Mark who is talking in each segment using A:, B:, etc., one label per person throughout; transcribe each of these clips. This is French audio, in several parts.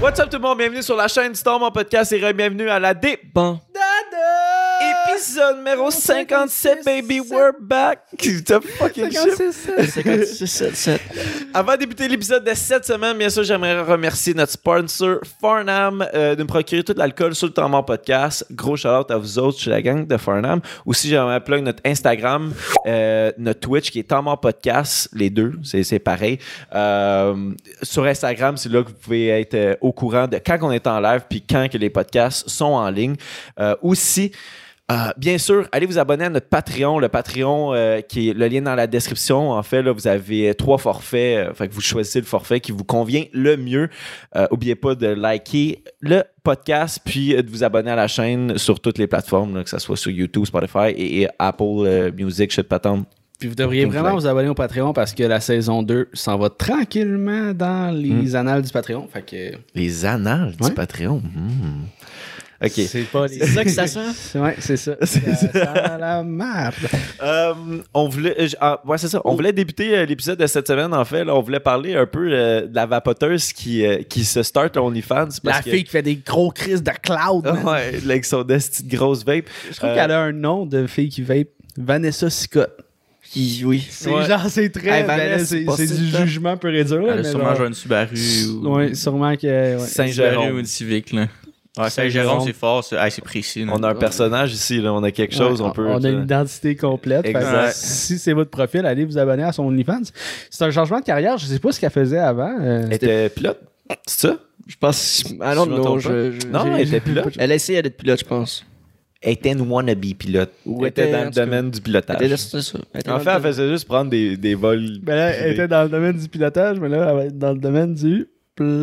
A: What's up tout le monde, bienvenue sur la chaîne Storm en podcast et bienvenue à la D.
B: Bon. Ah,
A: Épisode numéro 57, baby, we're back. T'as fucking shit.
B: 57.
A: Avant de débuter l'épisode de cette semaine, bien sûr, j'aimerais remercier notre sponsor Farnham euh, de me procurer tout l'alcool sur le temps mort podcast. Gros shout out à vous autres, chez la gang de Farnham. Aussi, j'aimerais plug notre Instagram, euh, notre Twitch qui est temps mort podcast, les deux, c'est c'est pareil. Euh, sur Instagram, c'est là que vous pouvez être euh, au courant de quand on est en live puis quand que les podcasts sont en ligne. Euh, aussi, euh, bien sûr, allez vous abonner à notre Patreon, le Patreon euh, qui est le lien dans la description. En fait, là, vous avez trois forfaits. euh, fait que vous choisissez le forfait qui vous convient le mieux. Euh, oubliez pas de liker le podcast puis euh, de vous abonner à la chaîne sur toutes les plateformes, là, que ce soit sur YouTube, Spotify et, et Apple euh, Music, je sais pas tant.
B: Puis vous devriez vraiment vous abonner au Patreon parce que la saison 2 s'en va tranquillement dans les annales du Patreon. Fait que.
A: Les annales du
B: Ouais.
A: Patreon. Hmm. OK.
B: C'est pas
C: C'est ça que ça sent?
B: Ouais, c'est ça. C'est ça. sent la merde.
A: Euh, on voulait, euh, j- ah, ouais, c'est ça. On voulait débuter euh, l'épisode de cette semaine, en fait. là. on voulait parler un peu euh, de la vapoteuse qui, euh, qui se start OnlyFans. Parce
B: La
A: que, Ah,
B: fille qui fait des gros crises de cloud. man.
A: Ouais, là, avec son esti de grosse vape. Euh,
B: Je trouve qu'elle a un nom de fille qui vape. Vanessa Scott.
A: oui.
B: C'est genre, c'est très.
C: Hey, Vanessa,
B: ben, c'est
C: c'est pas
B: c'est
C: ça.
B: du jugement pur et dur. là,
C: Elle a
B: mais
C: sûrement
B: genre-
C: joué une Subaru ou
B: Ouais, sûrement que. ouais.
C: une Subaru ou
A: Saint-Jérôme.
C: une Civic. là.
A: Ouais,
C: Saint-Jérôme, c'est fort. C'est hey, c'est précis. là.
A: On a un personnage ici, là. On a quelque chose,
B: Ouais,
A: on peut.
B: a une identité complète. Fait que
A: Exact.
B: si c'est votre profil, allez vous abonner à son OnlyFans. C'est un changement de carrière. Je sais pas ce qu'elle faisait avant. euh,
A: Elle était pilote. C'est ça?
D: Je pense. I
A: Je
D: don't
A: me trompe
D: know.
A: pas.
D: Je, je-
A: Non,
D: j'ai-
A: elle était pilote.
D: elle a essayé d'être pilote, je pense.
A: Elle était une wannabe pilote.
D: Ou
A: elle était
D: était,
A: dans
D: en
A: le
D: tout cas.
A: domaine du
D: Elle était,
A: pilotage.
D: c'est ça. Elle était
A: En
D: dans
A: fait,
D: le
A: elle faisait juste prendre des, des vols.
B: ben là, elle
A: privés.
B: était dans le domaine du pilotage, mais là, elle va être dans le domaine du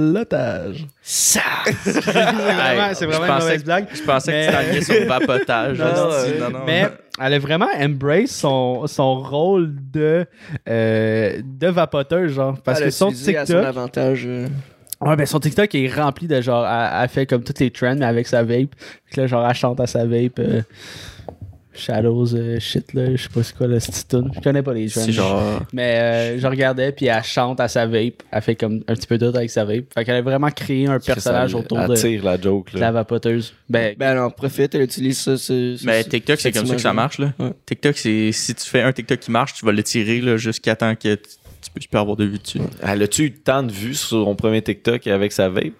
B: pilotage.
D: Ça!
C: Hey,
B: c'est
C: je
B: vraiment une
C: pensais
B: mauvaise
C: que-
B: blague.
C: Je pensais
B: Mais-
C: que tu t'en venais sur vapotage.
B: Non,
C: là,
B: euh,
C: c'est- non, non.
B: Mais elle a vraiment embrace son, son rôle de, euh, de vapoteur, genre. Parce
D: Elle a
B: que son
D: utilisé à son
B: TikTok.
D: avantage. euh,
B: Ouais, ben son TikTok est rempli de genre. Elle, elle fait comme toutes les trends, mais avec sa vape. Puis là, genre, elle chante à sa vape. euh, Shadows, euh, shit, là. Je sais pas c'est quoi le petit tune. Je connais pas les trends.
C: C'est genre.
B: Mais euh, je regardais, puis elle chante à sa vape. Elle fait comme un petit peu d'autre avec sa vape. Fait qu'elle a vraiment créé un personnage
A: Ça
B: autour de,
A: Attire la joke,
B: de la
A: là.
B: vapoteuse. Ben,
D: Ben, elle en profite, elle utilise ça. ce- ce-
C: Mais
D: ce-
C: TikTok, c'est
D: cette
C: comme ça que ça
D: image-là.
C: marche. là.
D: Ouais.
C: TikTok, c'est si tu fais un TikTok qui marche, tu vas le tirer là, jusqu'à temps que tu tu peux, tu peux avoir de vues dessus.
A: Elle a-tu eu tant de vues sur son premier TikTok avec sa vape?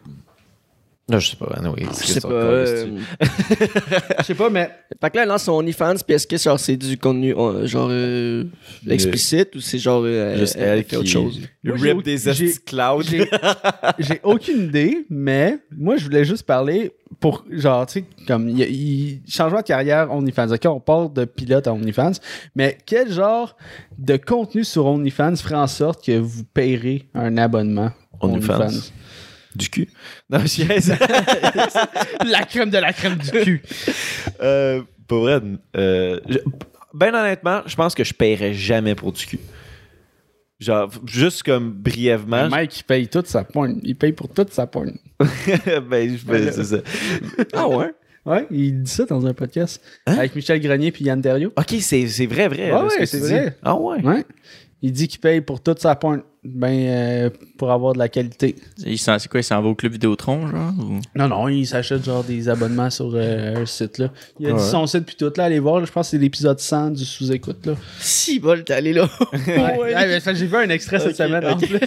A: Non, je sais pas. Anyway,
D: Je sais pas. euh,
B: je sais pas, mais.
D: Fait que là, elle lance son OnlyFans, puis est-ce que genre, c'est du contenu euh, genre euh, explicite ou c'est genre. euh,
A: Juste
D: elle,
A: elle
D: fait
A: qui
D: autre chose?
B: Moi, j'ai
A: rip
B: aucune-
A: des
B: j'ai-
A: estis cloud.
B: J'ai j'ai aucune idée, mais moi, je voulais juste parler pour, genre, tu sais, comme, il y a- il- changement de carrière OnlyFans. OK, on part de pilote à OnlyFans, mais quel genre de contenu sur OnlyFans ferait en sorte que vous payerez un abonnement
A: OnlyFans. Du cul. Non, je niaise.
B: La crème de la crème du cul.
A: Euh, Pour vrai, euh, je- ben honnêtement, je pense que je paierais jamais pour du cul. Genre, juste comme brièvement.
B: Le mec, il paye toute sa pointe. Il paye pour toute sa pointe.
A: ben, je- ben, c'est ça.
D: Ah ouais? Hein?
B: Ouais, il dit ça dans un podcast avec Michel Grenier puis Yann Terriot.
A: Ok, c'est c'est vrai, vrai.
B: Ouais,
A: là, ce
B: ouais,
A: que
B: c'est
A: tu dis.
B: vrai.
A: Ah ouais.
B: Ouais. Il dit qu'il paye pour toute sa pointe. Ben, euh, pour avoir de la qualité.
C: Il s'en- C'est quoi, il s'en va au club Vidéotron, genre ou-
B: Non, non, il s'achète genre des abonnements sur euh, un site là. Il a dit son site puis tout là, allez voir, là, je pense que c'est l'épisode 100 du sous-écoute là.
D: Si, bol, t'es allé là.
B: Ouais. Ouais, mais ça, j'ai vu un extrait cette semaine en plus.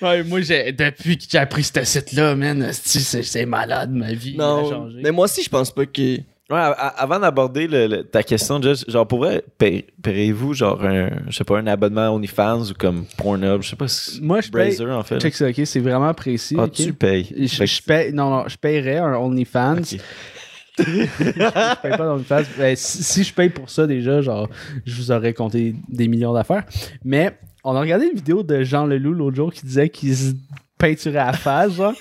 B: Ouais, moi j'ai depuis que j'ai appris ce site là, man, c'est- c'est c'est malade ma vie, elle a
D: non.
B: changé.
D: Mais moi aussi, je pense pas que.
A: Ouais, a- a- avant d'aborder le- le- ta question, Jess, genre, pour vrai, paie- payez-vous genre un, je sais pas, un abonnement OnlyFans ou comme Pornhub, je sais pas si.
B: Moi, je paye-
A: Brazzer, en fait.
B: Check ça, OK, c'est vraiment précis.
A: Ah,
B: ok.
A: tu payes.
B: Je,
A: Fait que-
B: je paye, non, non, je paierais un OnlyFans.
A: Ok.
B: je paye pas d'OnlyFans. Ben, si, si je paye pour ça déjà, genre, je vous aurais compté des millions d'affaires. Mais on a regardé une vidéo de Jean Leloup l'autre jour qui disait qu'il se peinturait à la face, genre.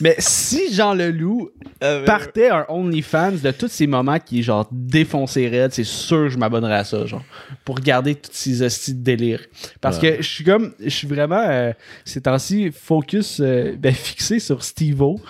B: Mais si Jean Leloup
D: Ah, Euh,
B: partait un OnlyFans de tous ces moments qui est genre défoncé raide, c'est sûr que je m'abonnerais à ça, genre, pour regarder toutes ces hosties de délire. Parce que je suis comme, je suis vraiment, euh, ces temps-ci, focus, euh, ben, fixé sur Steve-O,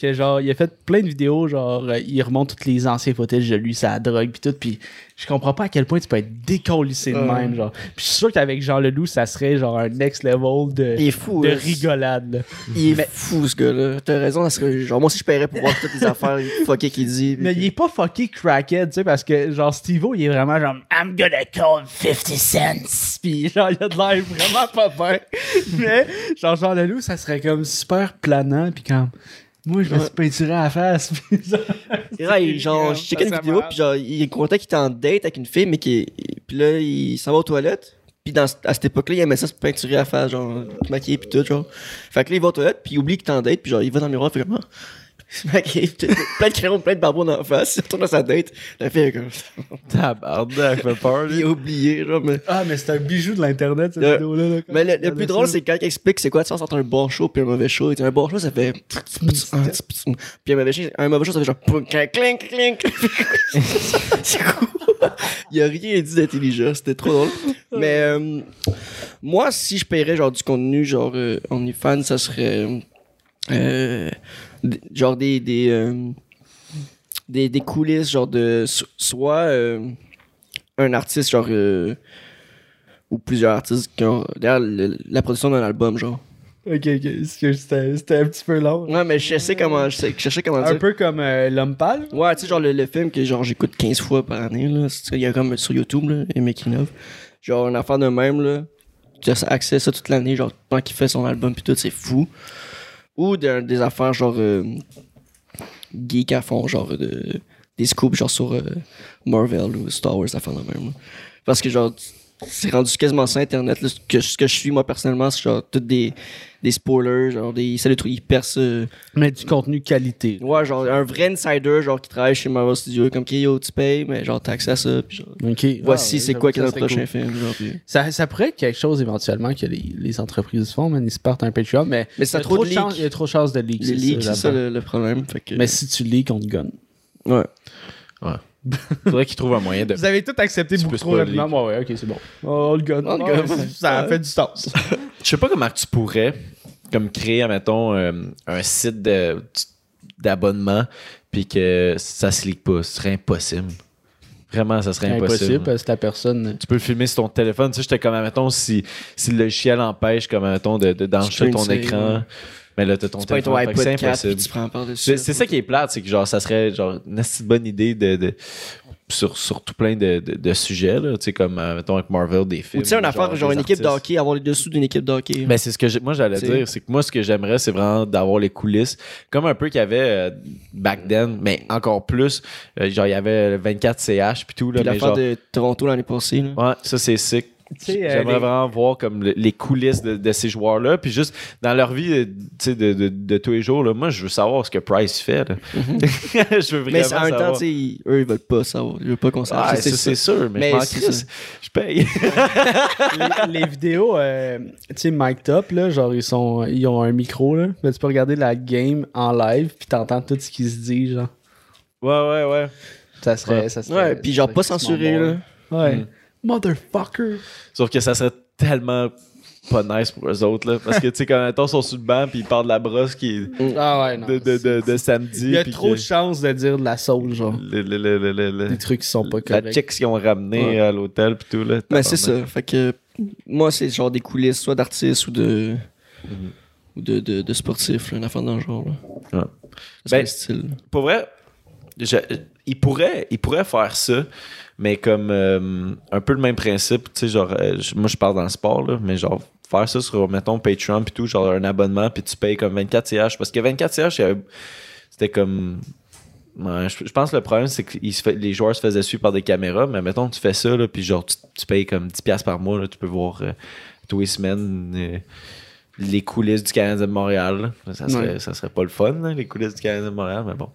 B: que genre, il a fait plein de vidéos, genre, euh, il remonte toutes les anciens footages de lui, sa drogue, puis tout, puis je comprends pas à quel point tu peux être décollissé de
D: Ouais.
B: même, genre. Puis je suis sûr qu'avec Jean Leloup, ça serait genre un next level de,
D: Il est fou.
B: de
D: hein.
B: rigolade, là.
D: Il est fou, ce gars-là. T'as- t'as raison, parce que genre, moi aussi, je paierais pour voir toutes les affaires fuckées qu'il dit.
B: Mais il est pas fucking crackhead, tu sais, parce que genre Steve-O, il est vraiment genre I'm gonna call 50 cents. Puis genre, il a de l'air vraiment pas bien. Mais genre, genre le loup, ça serait comme super planant. Puis comme, moi, je me suis peinturé à la face. Puis genre,
D: Et là, il- genre, je checkais une
B: Ça, c'est
D: vidéo,
B: malade.
D: puis genre, il est content qu'il est en date avec une fille, mais qui Puis là, il s'en va aux toilettes. Puis dans, à cette époque-là, il aimait ça se peinturer à faire, genre, se maquiller, puis tout, genre. Fait que là, il va aux toilettes, puis il oublie qu'il est en date, puis genre, il va dans le miroir, vraiment. Se maquiller, puis tout, plein de crayons, plein de barbeaux dans la face. Il retourne à sa date. La fille est comme ça.
A: Tabarnak, fait peur,
D: Il
A: lui.
D: a oublié, genre, mais.
B: ah, mais c'est un bijou de l'internet, cette
D: Le-
B: vidéo-là. là, quand
D: Mais le,
B: tu
D: le
B: regardes
D: plus drôle,
B: ça.
D: c'est quand il explique c'est quoi la différence entre un bon show et un mauvais show. Il dit, un bon show, ça fait. Puis un mauvais show, un mauvais show ça fait genre. Clink, clink, clink. C'est cool. Il a rien dit d'intelligent. C'était trop drôle. Mais euh, moi, si je paierais genre du contenu, genre euh, OnlyFans, ça serait. euh, d- genre des. des euh, des, des coulisses, genre de. so- Soit euh, un artiste, genre. euh, ou plusieurs artistes qui ont. Derrière le- la production d'un album, genre.
B: Ok, ok, c'est que c'était c'était un petit peu long.
D: Ouais, mais je sais comment. Je, sais, je cherchais comment
B: Un
D: dire.
B: peu comme euh, l'homme pâle.
D: Ouais, tu sais, genre le, le film que genre j'écoute 15 fois par année, là. c'est- Il y a comme sur YouTube, là, et Making of. Genre une affaire de même, là. Tu as accès à ça toute l'année, genre pendant qu'il fait son album, pis tout, c'est fou. Ou d'un- des affaires genre. euh, geek à fond, genre de, des scoops, genre sur euh, Marvel ou Star Wars, affaire de même. là. Parce que genre. C'est rendu quasiment ça Internet. là. Ce que, ce que je suis moi personnellement, c'est genre toutes des, des spoilers, genre des. C'est le truc, ils percent. euh,
B: Mais du contenu qualité.
D: Ouais, genre un vrai insider genre qui travaille chez Marvel Studios comme qui yo tu payes mais genre t'as accès à ça puis genre
B: Ok. Ah,
D: voici c'est quoi qui est dans le prochain
B: film.
D: film genre, puis-
B: Ça, ça pourrait être quelque chose éventuellement que les, les entreprises font, mais ils se partent un Patreon, mais
D: Mais ça
B: il y a
D: trop de
B: de chance-
D: leaks.
B: il y a trop de chances de leak.
D: les leaks c'est ça
B: l'affaire.
D: le, le problème fait que
B: Mais si tu leaks, on te gonne.
D: ouais
A: Faudrait qu'il trouve un moyen de.
B: Vous avez tout accepté
A: Tu
B: beaucoup
A: peux
B: trop
A: pas
B: rapidement. Ouais, ouais, ok, c'est bon. On le gonne.
D: On le
B: Ouais,
D: gonne.
B: Ça fait du sens.
A: Je sais pas comment tu pourrais, comme créer, mettons, un site de- d'abonnement, puis que ça se ligue pas. Ce serait impossible. Vraiment, ça serait
B: C'est
A: impossible.
B: impossible parce que la personne.
A: Tu peux filmer sur ton téléphone. Tu sais, j'étais comme, mettons, si, si le logiciel empêche, comme, mettons, de, de- d'enregistrer
D: Tu peux
A: ton
D: essayer, ouais.
A: écran, mais là, t'as ton
D: tu prends ton
A: téléphone. fait que
D: iPod
A: C'est
D: 4 puis
A: impossible.
D: tu prends par dessus
A: C'est c'est ça qui est plate, c'est que genre ça serait genre une assez bonne idée de, de- sur, sur tout plein de, de- de sujets là, tu sais comme euh, mettons avec Marvel des
D: ou
A: films.
D: tu sais une affaire genre
A: des
D: une équipe
A: artistes.
D: d'hockey avoir les dessous d'une équipe d'hockey
A: Ben, c'est ce que j'ai- moi j'allais
D: C'est-
A: dire, c'est que moi ce que j'aimerais c'est vraiment d'avoir les coulisses comme un peu qu'il y avait euh, back then, mais encore plus Euh, genre il y avait le 24 CH puis tout là,
D: puis
A: mais
D: l'affaire
A: genre-
D: de Toronto l'année passée là.
A: Ouais, ça c'est sick.
B: Tu sais, euh,
A: J'aimerais
B: les-
A: vraiment voir comme le- les coulisses de, de ces joueurs-là, puis juste dans leur vie euh, tu sais, de, de- de tous les jours. Là, moi, je veux savoir ce que Price fait. là. je veux vraiment
D: mais c'est- en même temps
A: savoir.
D: tu sais ils- eux ils veulent pas savoir ils veulent pas qu'on sache
A: Ah,
D: c'est
A: ça,
D: ça.
A: c'est sûr, mais,
D: Mais
A: je m'en
D: c'est
A: crisse.
D: ça.
A: Je paye.
B: les, les vidéos, euh, tu sais, Mike Top, là, genre, ils, sont, ils ont un micro, là. Mais tu peux regarder la game en live, puis t'entends tout ce qui se dit, genre.
A: ouais, ouais, ouais.
B: Ça serait.
A: Ouais.
B: Ça serait
D: ouais puis genre
B: ça
D: pas
B: serait
D: censuré
B: bon,
D: là
B: Ouais.
A: Mm.
B: Motherfucker.
A: Sauf que ça serait tellement pas nice pour eux autres, là, parce que, tu sais, quand ils sont sur le banc, puis ils parlent de la brosse qui est
B: Ah ouais, non.
A: de, de, de- de samedi.
B: Il y a
A: puis
B: trop
A: que
B: de chances de dire de la soul, genre.
A: le- le- le- le- le- le-
B: Des trucs qui sont pas
A: La
B: corrects.
A: chicks qu'ils ont ramené
D: Ouais.
A: à l'hôtel, puis tout, là.
D: mais Ben, c'est
A: tabarnak.
D: ça fait que moi c'est genre des coulisses soit d'artistes ou de ou de, de, de sportifs, là, une affaire dans le genre. Là.
A: Ouais.
D: Ça serait
A: Ben,
D: style.
A: Pour vrai, je- il, pourrait, il pourrait faire ça, mais comme euh, un peu le même principe, tu sais, genre, euh, je- moi je parle dans le sport, là, mais genre, faire ça sur, mettons, Patreon puis tout, genre un abonnement, puis tu payes comme 24CH, parce que 24CH, il y avait- c'était comme. ouais, je, je pense que le problème, c'est que il se fait- les joueurs se faisaient suivre par des caméras, mais mettons, tu fais ça, là, puis genre, tu, tu payes comme 10$ par mois, là, tu peux voir euh, tous les semaines. euh, les coulisses du Canadien de Montréal. là. Ça serait, ça serait pas le fun, là, les coulisses du Canadien de Montréal, mais bon.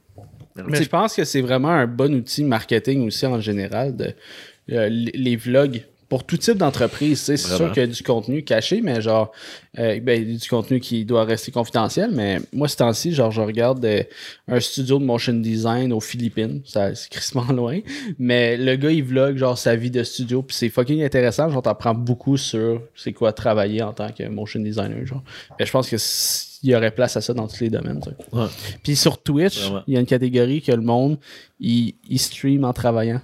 B: Mais je pense que c'est vraiment un bon outil marketing aussi en général de euh, les les vlogs pour tout type d'entreprise. tu sais. C'est sûr
A: Vraiment.
B: qu'il y a du contenu caché, mais genre euh, ben, du contenu qui doit rester confidentiel. Mais moi, ce temps-ci, genre, je regarde euh, un studio de motion design aux Philippines. Ça, c'est crissement loin. Mais le gars, il vlog genre sa vie de studio. Puis c'est fucking intéressant. Genre, t'apprends beaucoup sur c'est quoi travailler en tant que motion designer. Genre. Mais je pense que s- il y aurait place à ça dans tous les domaines. tu sais.
A: Ouais.
B: Puis sur Twitch,
A: Vraiment.
B: il y a une catégorie que le monde, il, il stream en travaillant.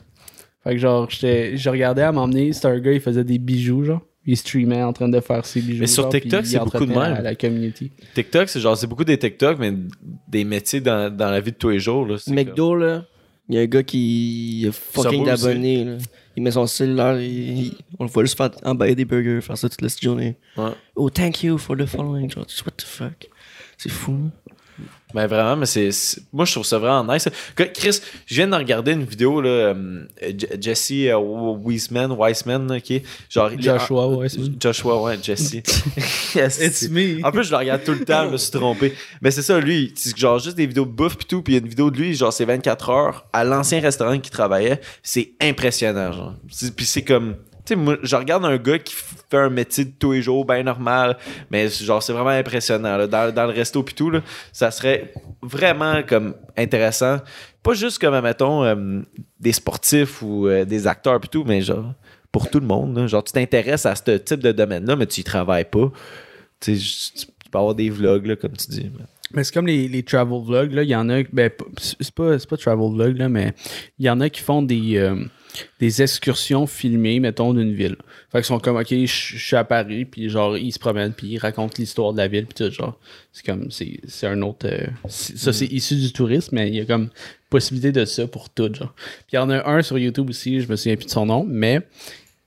B: Fait que genre, j'étais- je regardais à m'emmener, c'était un gars, il faisait des bijoux, genre. Il streamait en train de faire ses bijoux.
A: sur
B: genre,
A: TikTok,
B: puis il
A: c'est beaucoup de
B: entretenait
A: même.
B: à la community.
A: TikTok, c'est genre, c'est beaucoup des TikTok, mais des métiers dans, dans la vie de tous les jours. Là, C'est comme-
D: McDo, là, il y a un gars qui a fucking
A: Subway aussi.
D: d'abonnés. là. Il met son cellulaire, il- il- on le voit juste faire emballer des burgers, faire ça toute la petite journée.
A: Ouais.
D: Oh, thank you for the following. Genre, what the fuck? C'est fou. hein.
A: Ben vraiment, mais c'est. c'est- Moi, je trouve ça vraiment nice. Que- Chris, je viens de regarder une vidéo, là, euh, Je- Jesse euh, Wiseman, Wiseman, là, qui est genre. il est-
B: Joshua, ouais. c'est-
A: Joshua, ouais, Jesse.
B: It's
A: Yes.
B: me.
A: En plus, je le regarde tout le temps, je me suis trompé. Mais c'est ça, lui, c'est genre juste des vidéos de bouffe pis tout, puis il y a une vidéo de lui, genre c'est 24 heures à l'ancien restaurant qu'il travaillait. C'est impressionnant, genre. C'est- Puis c'est comme. Tu sais, moi, je regarde un gars qui fait un métier de tous les jours, bien normal, mais c'est- genre, c'est vraiment impressionnant. là. Dans, dans le resto pis tout, là, ça serait vraiment comme intéressant. Pas juste comme, mettons, des sportifs ou euh, des acteurs pis tout, mais genre, pour tout le monde. là. Genre, tu t'intéresses à ce type de domaine-là, mais tu y travailles pas. Tu sais, je- tu tu peux avoir des vlogs, là, comme tu dis. mais-
B: Mais c'est comme les, les travel vlogs, là, il y en a, ben, p- c'est pas, c'est pas travel vlog, là, mais il y en a qui font des, euh, des excursions filmées, mettons, d'une ville. Fait qu'ils sont comme, ok, je je suis à Paris, puis genre, ils se promènent, puis ils racontent l'histoire de la ville, puis tout, genre, c'est comme, c'est c'est un autre, euh, c'est- ça, c'est issu du tourisme, mais il y a comme possibilité de ça pour tout, genre. Puis il y en a un sur YouTube aussi, je me souviens plus de son nom, mais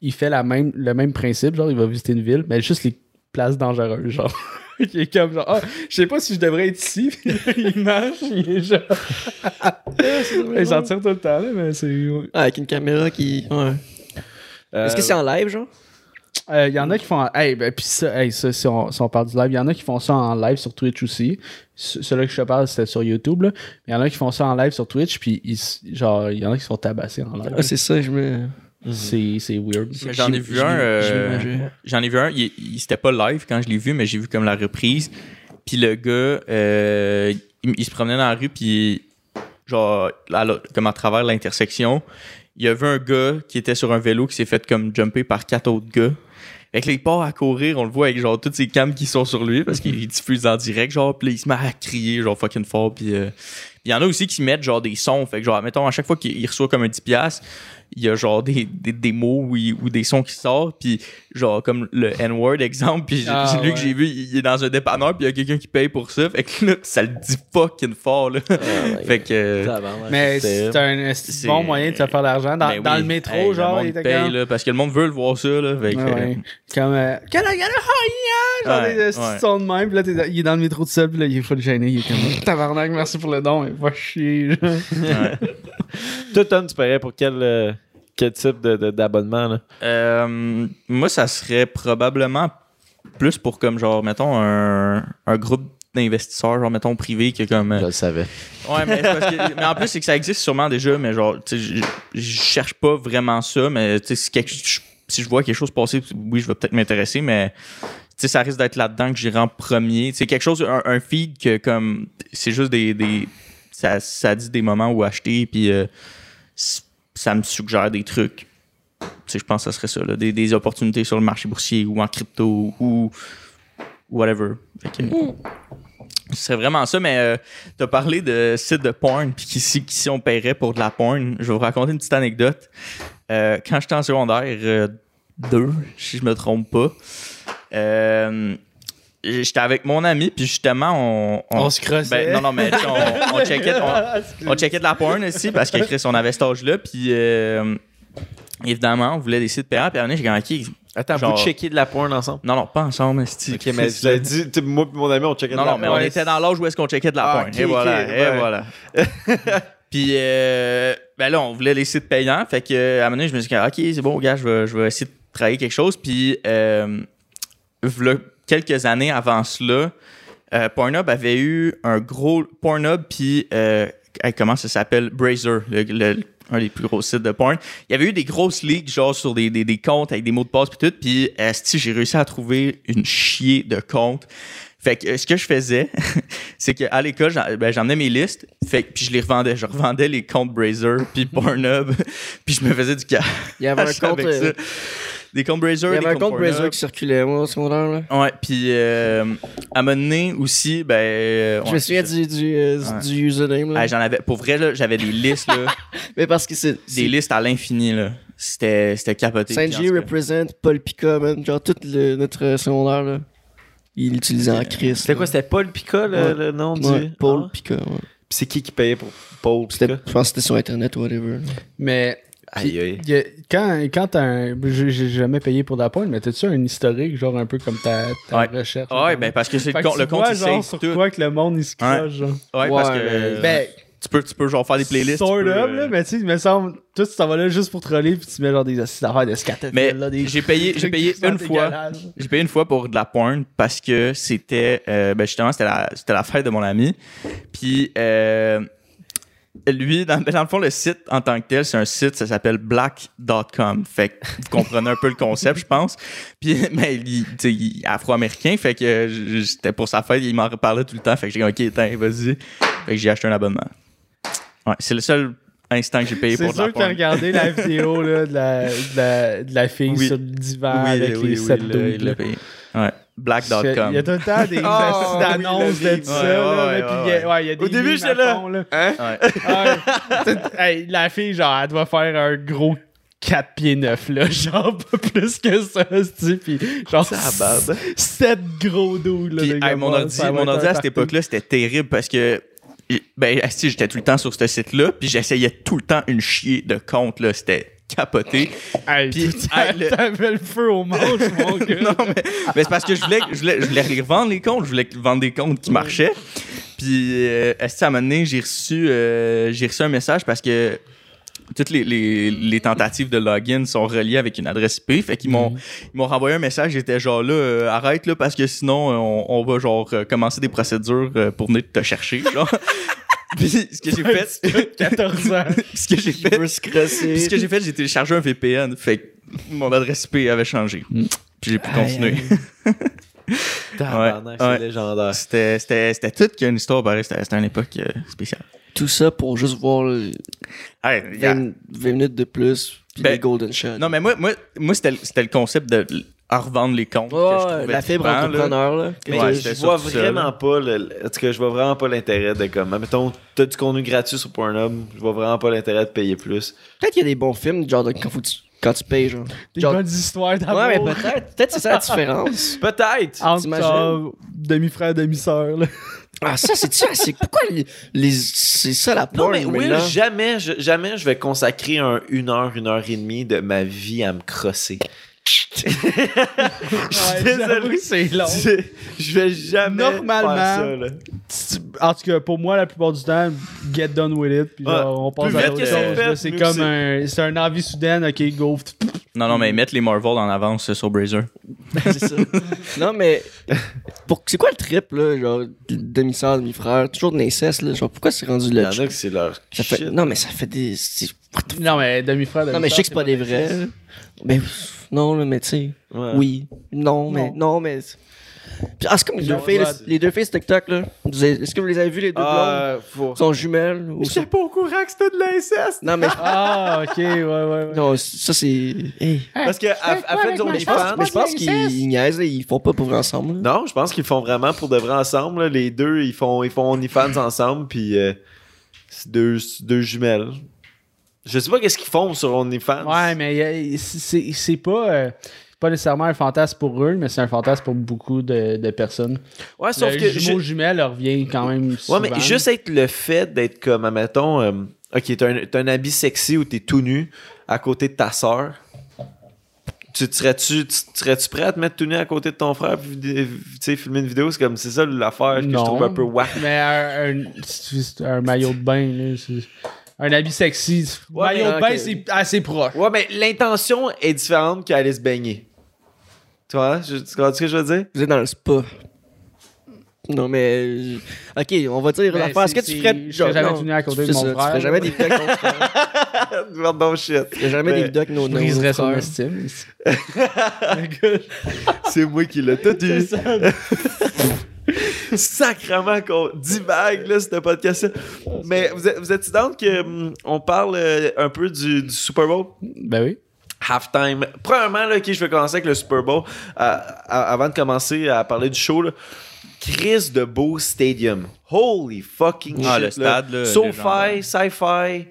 B: il fait la même, le même principe, genre il va visiter une ville, mais juste les places dangereuses, genre. il est comme genre, ah, je sais pas si je devrais être ici, Puis là, il marche, il est genre. il s'en tire tout le temps, là, mais c'est. Euh,
D: Ah, avec une caméra qui. Ouais.
A: Euh,
D: Est-ce que c'est en live, genre?
B: Il Euh, y en a qui font. Hey, ben, puis ça, hey, ça si, on, si on parle du live, il y en a qui font ça en live sur Twitch aussi. Ce- Celui-là que je te parle, c'était sur YouTube, là. Mais il y en a qui font ça en live sur Twitch, puis ils s- genre, il y en a qui se font tabasser en live.
D: Ah, c'est ça, je me.
B: c'est c'est weird.
C: Mais j'en ai vu un. euh, j'en ai vu un. Il, il- c'était pas live quand je l'ai vu, mais j'ai vu comme la reprise. Puis le gars, euh, il, il se promenait dans la rue, puis genre, à la- comme à travers l'intersection, il y avait un gars qui était sur un vélo qui s'est fait comme jumper par quatre autres gars. Fait que là, il part à courir, on le voit avec genre toutes ces cams qui sont sur lui parce qu'il diffuse en direct, genre, puis là, il se met à crier, genre fucking fort, puis euh, il y en a aussi qui mettent genre des sons. Fait que genre, mettons, à chaque fois qu'il il reçoit comme un 10$, il y a genre des, des, des mots ou, il- ou des sons qui sortent. Puis genre comme le N-word, exemple. Puis j'ai-
B: Ah,
C: j'ai- lui
B: ouais.
C: que j'ai vu, il est dans un dépanneur, puis il y a quelqu'un qui paye pour ça. Fait que là, ça le dit fucking fort, là.
B: Ah,
C: fait que. euh,
B: Mais c'est un esti
C: C'est-
B: de bon moyen de se faire de l'argent. Dans,
C: ben
B: dans
C: oui.
B: le métro,
C: Hey,
B: genre,
C: Le
B: il
C: monde
B: était
C: paye,
B: comme-
C: là, parce que le monde veut le voir ça, là. Fait que,
B: Ouais, ouais. Comme. Euh, can I get a high, yeah? Genre,
C: Ouais,
B: des esti
C: ouais.
B: de sons de même. Puis là, t'es dans- il est dans le métro tout seul. Puis là, il est full gêné. Il est comme. Tabarnak, merci pour le don. Mais va chier, genre.
C: ouais.
A: Toi, Tom, tu paierais pour quel, euh, quel type de- de- d'abonnement? là?
C: Euh, moi, ça serait probablement plus pour comme genre, mettons, un, un groupe d'investisseurs, genre, mettons, privé, qui est comme. euh,
A: le savais.
C: Ouais, mais, c'est parce que- mais en plus, c'est que ça existe sûrement déjà, mais genre, tu sais, je- je cherche pas vraiment ça, mais tu sais, si, quelque- je- si je vois quelque chose passer, oui, je vais peut-être m'intéresser, mais tu sais, ça risque d'être là-dedans que j'irai en premier. C'est quelque chose, un, un feed que comme, c'est juste des, des- ça, ça dit des moments où acheter, puis euh, s- ça me suggère des trucs. Tu sais, je pense que ça serait ça, là, des, des opportunités sur le marché boursier ou en crypto ou whatever. Fait que- ce serait vraiment ça, mais euh, t'as parlé de sites de porn, puis qu'ici, qu'ici on paierait pour de la porn. Je vais vous raconter une petite anecdote. Euh, quand j'étais en secondaire 2, si je me trompe pas, euh, j'étais avec mon ami, puis justement, on...
B: On se crossait.
C: Ben, non, non, mais tu sais, on, on checkait, on, on checkait de la porn aussi, parce que Chris, on avait cet âge-là, puis euh, évidemment, on voulait des sites payants, puis à un moment donné, j'ai gagné.
A: Attends,
C: Genre-
A: vous checkez de la porn ensemble?
C: Non, non, pas ensemble, esti.
A: Ok, mais je l'ai dit, tu sais, moi et mon ami, on checkait de
C: Non,
A: la
C: non, mais on
A: porn.
C: était dans l'âge où est-ce qu'on checkait de la
A: Ah,
C: porn.
A: ok,
C: et voilà,
A: ok,
C: et
A: ouais.
C: voilà. Puis, euh, ben là, on voulait les sites payants. Fait que, euh, à un moment donné, je me suis dit, OK, c'est bon, gars, je vais, je vais essayer de travailler quelque chose. Puis, euh, v'là quelques années avant cela, euh, Pornhub avait eu un gros. Pornhub, puis. euh, hey, comment ça s'appelle Brazer, le- le- un des plus gros sites de porn. Il y avait eu des grosses leaks, genre sur des, des- des comptes avec des mots de passe, puis tout. Puis, euh, esti, j'ai réussi à trouver une chier de comptes. Fait que euh, ce que je faisais, c'est qu'à l'école, j'en- ben, j'emmenais mes listes, fait, que- puis je les revendais. Je revendais les comptes Brazer, puis Pornhub, puis je me faisais du cash
D: Il y avait un compte.
C: avec ça.
D: euh,
C: Des comptes Brazer,
D: Il y
C: des
D: avait un
C: comptes
D: compte Brazzer
C: Pornhub.
D: qui circulait, moi, au secondaire, là.
C: Ouais, puis euh, à un moment donné aussi, ben. euh,
D: Je
C: ouais,
D: me souviens
C: c'est
D: du, du, euh,
C: Ouais.
D: du username,
C: ça.
D: là.
C: Ah, j'en avais, pour vrai, là, j'avais des listes, là,
D: Mais parce que c'est.
C: des
D: c'est-
C: listes à l'infini. là. C'était c'était capoté. Puis,
D: Sanji
C: en tout cas,
D: represent Paul Pica, man. Genre, tout le- notre secondaire, là, il l'utilisait en crise.
A: C'était quoi C'était Paul Pica, le,
D: Ouais.
A: le nom
D: Ouais,
A: du.
D: Paul
A: Ah.
D: Pica, ouais.
A: Puis c'est qui qui payait pour Paul
D: C'était-
A: Pica
D: Je pense que c'était sur Internet ou whatever. là.
B: Mais
A: Aïe, aïe.
B: y a- quand, quand t'as un. J'ai j'ai jamais payé pour d'appoint, mais t'as-tu un historique, genre un peu comme ta, ta
C: Ouais.
B: recherche?
C: Ah ouais, ben parce que c'est
B: Fait
C: le
B: que
C: compte,
B: tu
C: le compte
B: vois,
C: il
B: genre,
C: save
B: sur
C: tout.
B: quoi que le monde il se crache, genre.
C: Ouais, parce que
D: Ouais,
B: Ben,
C: tu peux tu peux genre faire des playlists. tu
B: Sort
C: peux,
B: of,
C: euh,
B: là, mais tu sais, il me semble, toi, tu t'en vas là juste pour troller, puis tu mets genre des assises d'affaires de scatophiles,
C: Mais
B: là, des
C: j'ai payé j'ai
B: trucs
C: payé
B: qui sont
C: une fois.
B: dégueulasses.
C: J'ai payé une fois pour de la porn parce que c'était euh, ben justement c'était la c'était la fête de mon ami. Puis euh, lui dans, dans le fond le site en tant que tel, c'est un site ça s'appelle black.com. Fait que vous comprenez un peu le concept, je pense. Puis mais il, tu sais, il est afro-américain, fait que euh, j- j- c'était pour sa fête, il m'en reparlait tout le temps, fait que j'ai dit OK, tiens, vas-y. Fait que j'ai acheté un abonnement. Ouais, c'est le seul instant que j'ai payé
B: C'est
C: pour de la
B: sûr que t'as
C: porn.
B: regardé la vidéo là, de, la, de, la, de la fille
C: Oui.
B: sur le divan avec les sept
C: il l'a-
B: doubles,
C: il l'a
B: là.
C: payé. Ouais. Black.com.
B: Il y a tout le temps des
C: Oh,
B: assises d'annonces
A: oui, la
B: de
A: vie.
B: ça.
C: Ouais,
B: là,
C: ouais,
B: là, puis il
C: ouais,
B: y a-
C: ouais.
B: ouais, il y a des
A: Au début,
B: mimes
A: j'étais
B: à
A: là.
B: fond, là.
A: Hein
C: Ouais.
B: Ah ouais. Hey, la fille, genre, elle doit faire un gros 4 pieds 9, là. Genre, pas plus que ça, tu Puis, genre,
A: Tabarnak.
B: 7 gros dos, là.
C: Puis,
B: de
C: hey,
B: gars,
C: mon ordi,
B: ça va
C: mon
B: être
C: ordi
B: un
C: à cette
B: party.
C: époque-là, c'était terrible parce que ben asti, j'étais tout le temps sur ce site-là, puis j'essayais tout le temps une chier de compte là, c'était capoté.
B: Hey,
C: Puis,
B: puis, t'as-
C: hey, le-
B: t'avais le feu au manche, mon gars.
C: non mais, mais c'est parce que je voulais je voulais je voulais les revendre les comptes, je voulais vendre des comptes qui marchaient. Puis euh, asti, à un moment donné, j'ai reçu euh, j'ai reçu un message parce que toutes les, les- les tentatives de login sont reliées avec une adresse IP. Fait qu'ils m'ont ils m'ont renvoyé un message. J'étais genre là, euh, arrête là, parce que sinon, euh, on, on va genre euh, commencer des procédures euh, pour venir te chercher. Genre. Puis ce que j'ai fait,
B: 14 ans.
C: ce que j'ai fait,
D: Il veut se crosser.
C: puis ce que j'ai fait, j'ai téléchargé un VPN. Fait que mon adresse IP avait changé.
B: Mm.
C: Puis j'ai pu continuer.
A: Tabarnak,
C: Ouais.
A: Ah, c'est légendaire.
C: C'était, c'était, c'était toute qu'une histoire pareil. C'était, c'était une époque euh, spéciale.
D: Tout ça pour juste voir le-
C: Hey,
D: 20,
C: yeah.
D: 20 minutes de plus, puis
C: Ben,
D: les Golden Shots.
C: Non, mais moi, moi, moi c'était, le- c'était le concept de à revendre les comptes. que je
D: Ouais,
C: trouvais
D: la fibre
C: trippant, là.
D: entrepreneur, là.
A: Mais
C: Ouais,
A: je
C: c'était
A: vois
C: ça tout seul.
A: vraiment pas le, le- en tout cas, je vois vraiment pas l'intérêt de comme mettons t'as du contenu gratuit sur Pornhub, je vois vraiment pas l'intérêt de payer plus.
D: Peut-être qu'il y a des bons films, genre, de- quand, faut que tu, quand tu payes, genre.
B: Des
D: Genre-
B: bonnes histoires d'amour.
D: Ouais, mais peut-être. Peut-être c'est ça la différence.
A: Peut-être.
B: Entre
D: t'imagines?
B: genre, demi-frère, demi-sœur, là.
D: Ah, ça, c'est-tu assez. Pourquoi les, les- c'est ça la
A: Non
D: porn,
A: mais Will,
D: là?
A: jamais je, jamais je vais consacrer un une heure, une heure et demie de ma vie à me crosser. Je suis
B: Ouais,
A: désolé.
B: j'avoue, c'est long.
A: Je, je vais jamais
B: Normalement,
A: faire ça, là.
B: En tout cas, pour moi, la plupart du temps, get done with it. Puis
A: Ouais.
B: genre, on passe
A: Plus
B: à
A: vite
B: autre
A: que
B: chose.
A: c'est fait,
B: là. C'est
A: mieux
B: comme
A: c'est.
B: un. C'est un envie soudaine, ok, go.
C: Non, non, mais mettre les Marvel en avance euh, sur Brazzer.
D: C'est ça. non, mais. Pour, c'est quoi le trip, là? Genre, demi-sœur, demi-frère, toujours de l'inceste, là. Genre, pourquoi c'est rendu
A: Il y
D: là?
A: en a que c'est leur
D: Ça fait,
A: shit.
D: non, mais ça fait des. c'est- what the f-
B: Non, mais demi-frère,
D: Non, mais je sais que c'est pas des vrais. là. Mais pff, non, là, mais tu sais.
A: Ouais.
D: Oui. Non, mais.
B: Non.
D: Non, mais. Puis, ah, c'est comme les
B: Non,
D: deux, filles,
B: ouais.
D: les deux filles TikTok, là. Vous avez- Est-ce que vous les avez vues, les deux blondes?
A: Ah, faut-
D: Elles sont jumelles? Ou
A: J'étais pas au courant que c'était de l'inceste.
D: Non, mais.
B: Ah, ok, ouais, ouais. ouais.
D: Non, ça, c'est. Hey.
A: Parce que à, à fait sur
D: Mais Ah, je pense, mais je pense qu'ils niaisent, là, ils font pas pour vrai ensemble. là.
A: Non, je pense qu'ils le font vraiment pour de vrai ensemble. là. Les deux, ils font, ils font OnlyFans ensemble, puis euh, c'est deux, c'est deux jumelles. Je sais pas qu'est-ce qu'ils font sur OnlyFans.
B: Ouais, mais y a- c'est- c'est c'est pas. euh, pas nécessairement un fantasme pour eux, mais c'est un fantasme pour beaucoup de, de personnes.
A: Ouais, sauf
B: le
A: que.
B: jumeau
A: ju-
B: jumelle leur revient quand même ben, souvent.
A: Ouais, mais juste être le fait d'être comme, admettons, euh, ok, t'as un, t'as un habit sexy où t'es tout nu à côté de ta sœur. Tu tu serais-tu tu serais-tu prêt à te mettre tout nu à côté de ton frère puis vid- tu sais, filmer une vidéo? C'est comme, c'est ça l'affaire que je
B: Non.
A: trouve un peu wack.
B: Mais un, un- c'est un maillot de bain, là, c'est- un habit sexy.
A: Ouais,
B: maillot
A: mais,
B: de bain,
A: ok.
B: c'est assez proche.
A: Ouais, mais l'intention est différente qu'aller se baigner. Tu vois, je- tu comprends ce que je veux dire?
D: Vous êtes dans le spa. Non, mais. euh, Ok, on va dire
B: Ben,
D: l'affaire. Est-ce
B: c'est-
D: que tu
B: c'est-
D: ferais.
B: je ferais jamais
D: non,
B: du nez à côté de
D: tu fais
B: mon
D: ça,
B: frère,
D: Tu ferais
B: là.
D: jamais des vidéos avec ton frère.
A: Pardon, shit.
D: Tu ferais jamais des
A: Ben,
D: vidéos avec nos
B: Je
D: nos
B: briserais hein. son
D: frères.
B: estime.
A: C'est moi qui l'ai tout dit. Sacrement qu'on divague, là, ce podcast-là. Mais vous êtes, vous êtes dedans que hum, on parle euh, un peu du, du Super Bowl?
B: ben oui.
A: Halftime. Premièrement, là, ok, je vais commencer avec le Super Bowl. Euh, à- avant de commencer à parler du show, là. Chris de Beau Stadium. Holy fucking
C: Ah,
A: shit.
C: le stade, là,
A: SoFi,
C: légendaire.
A: Sci-Fi.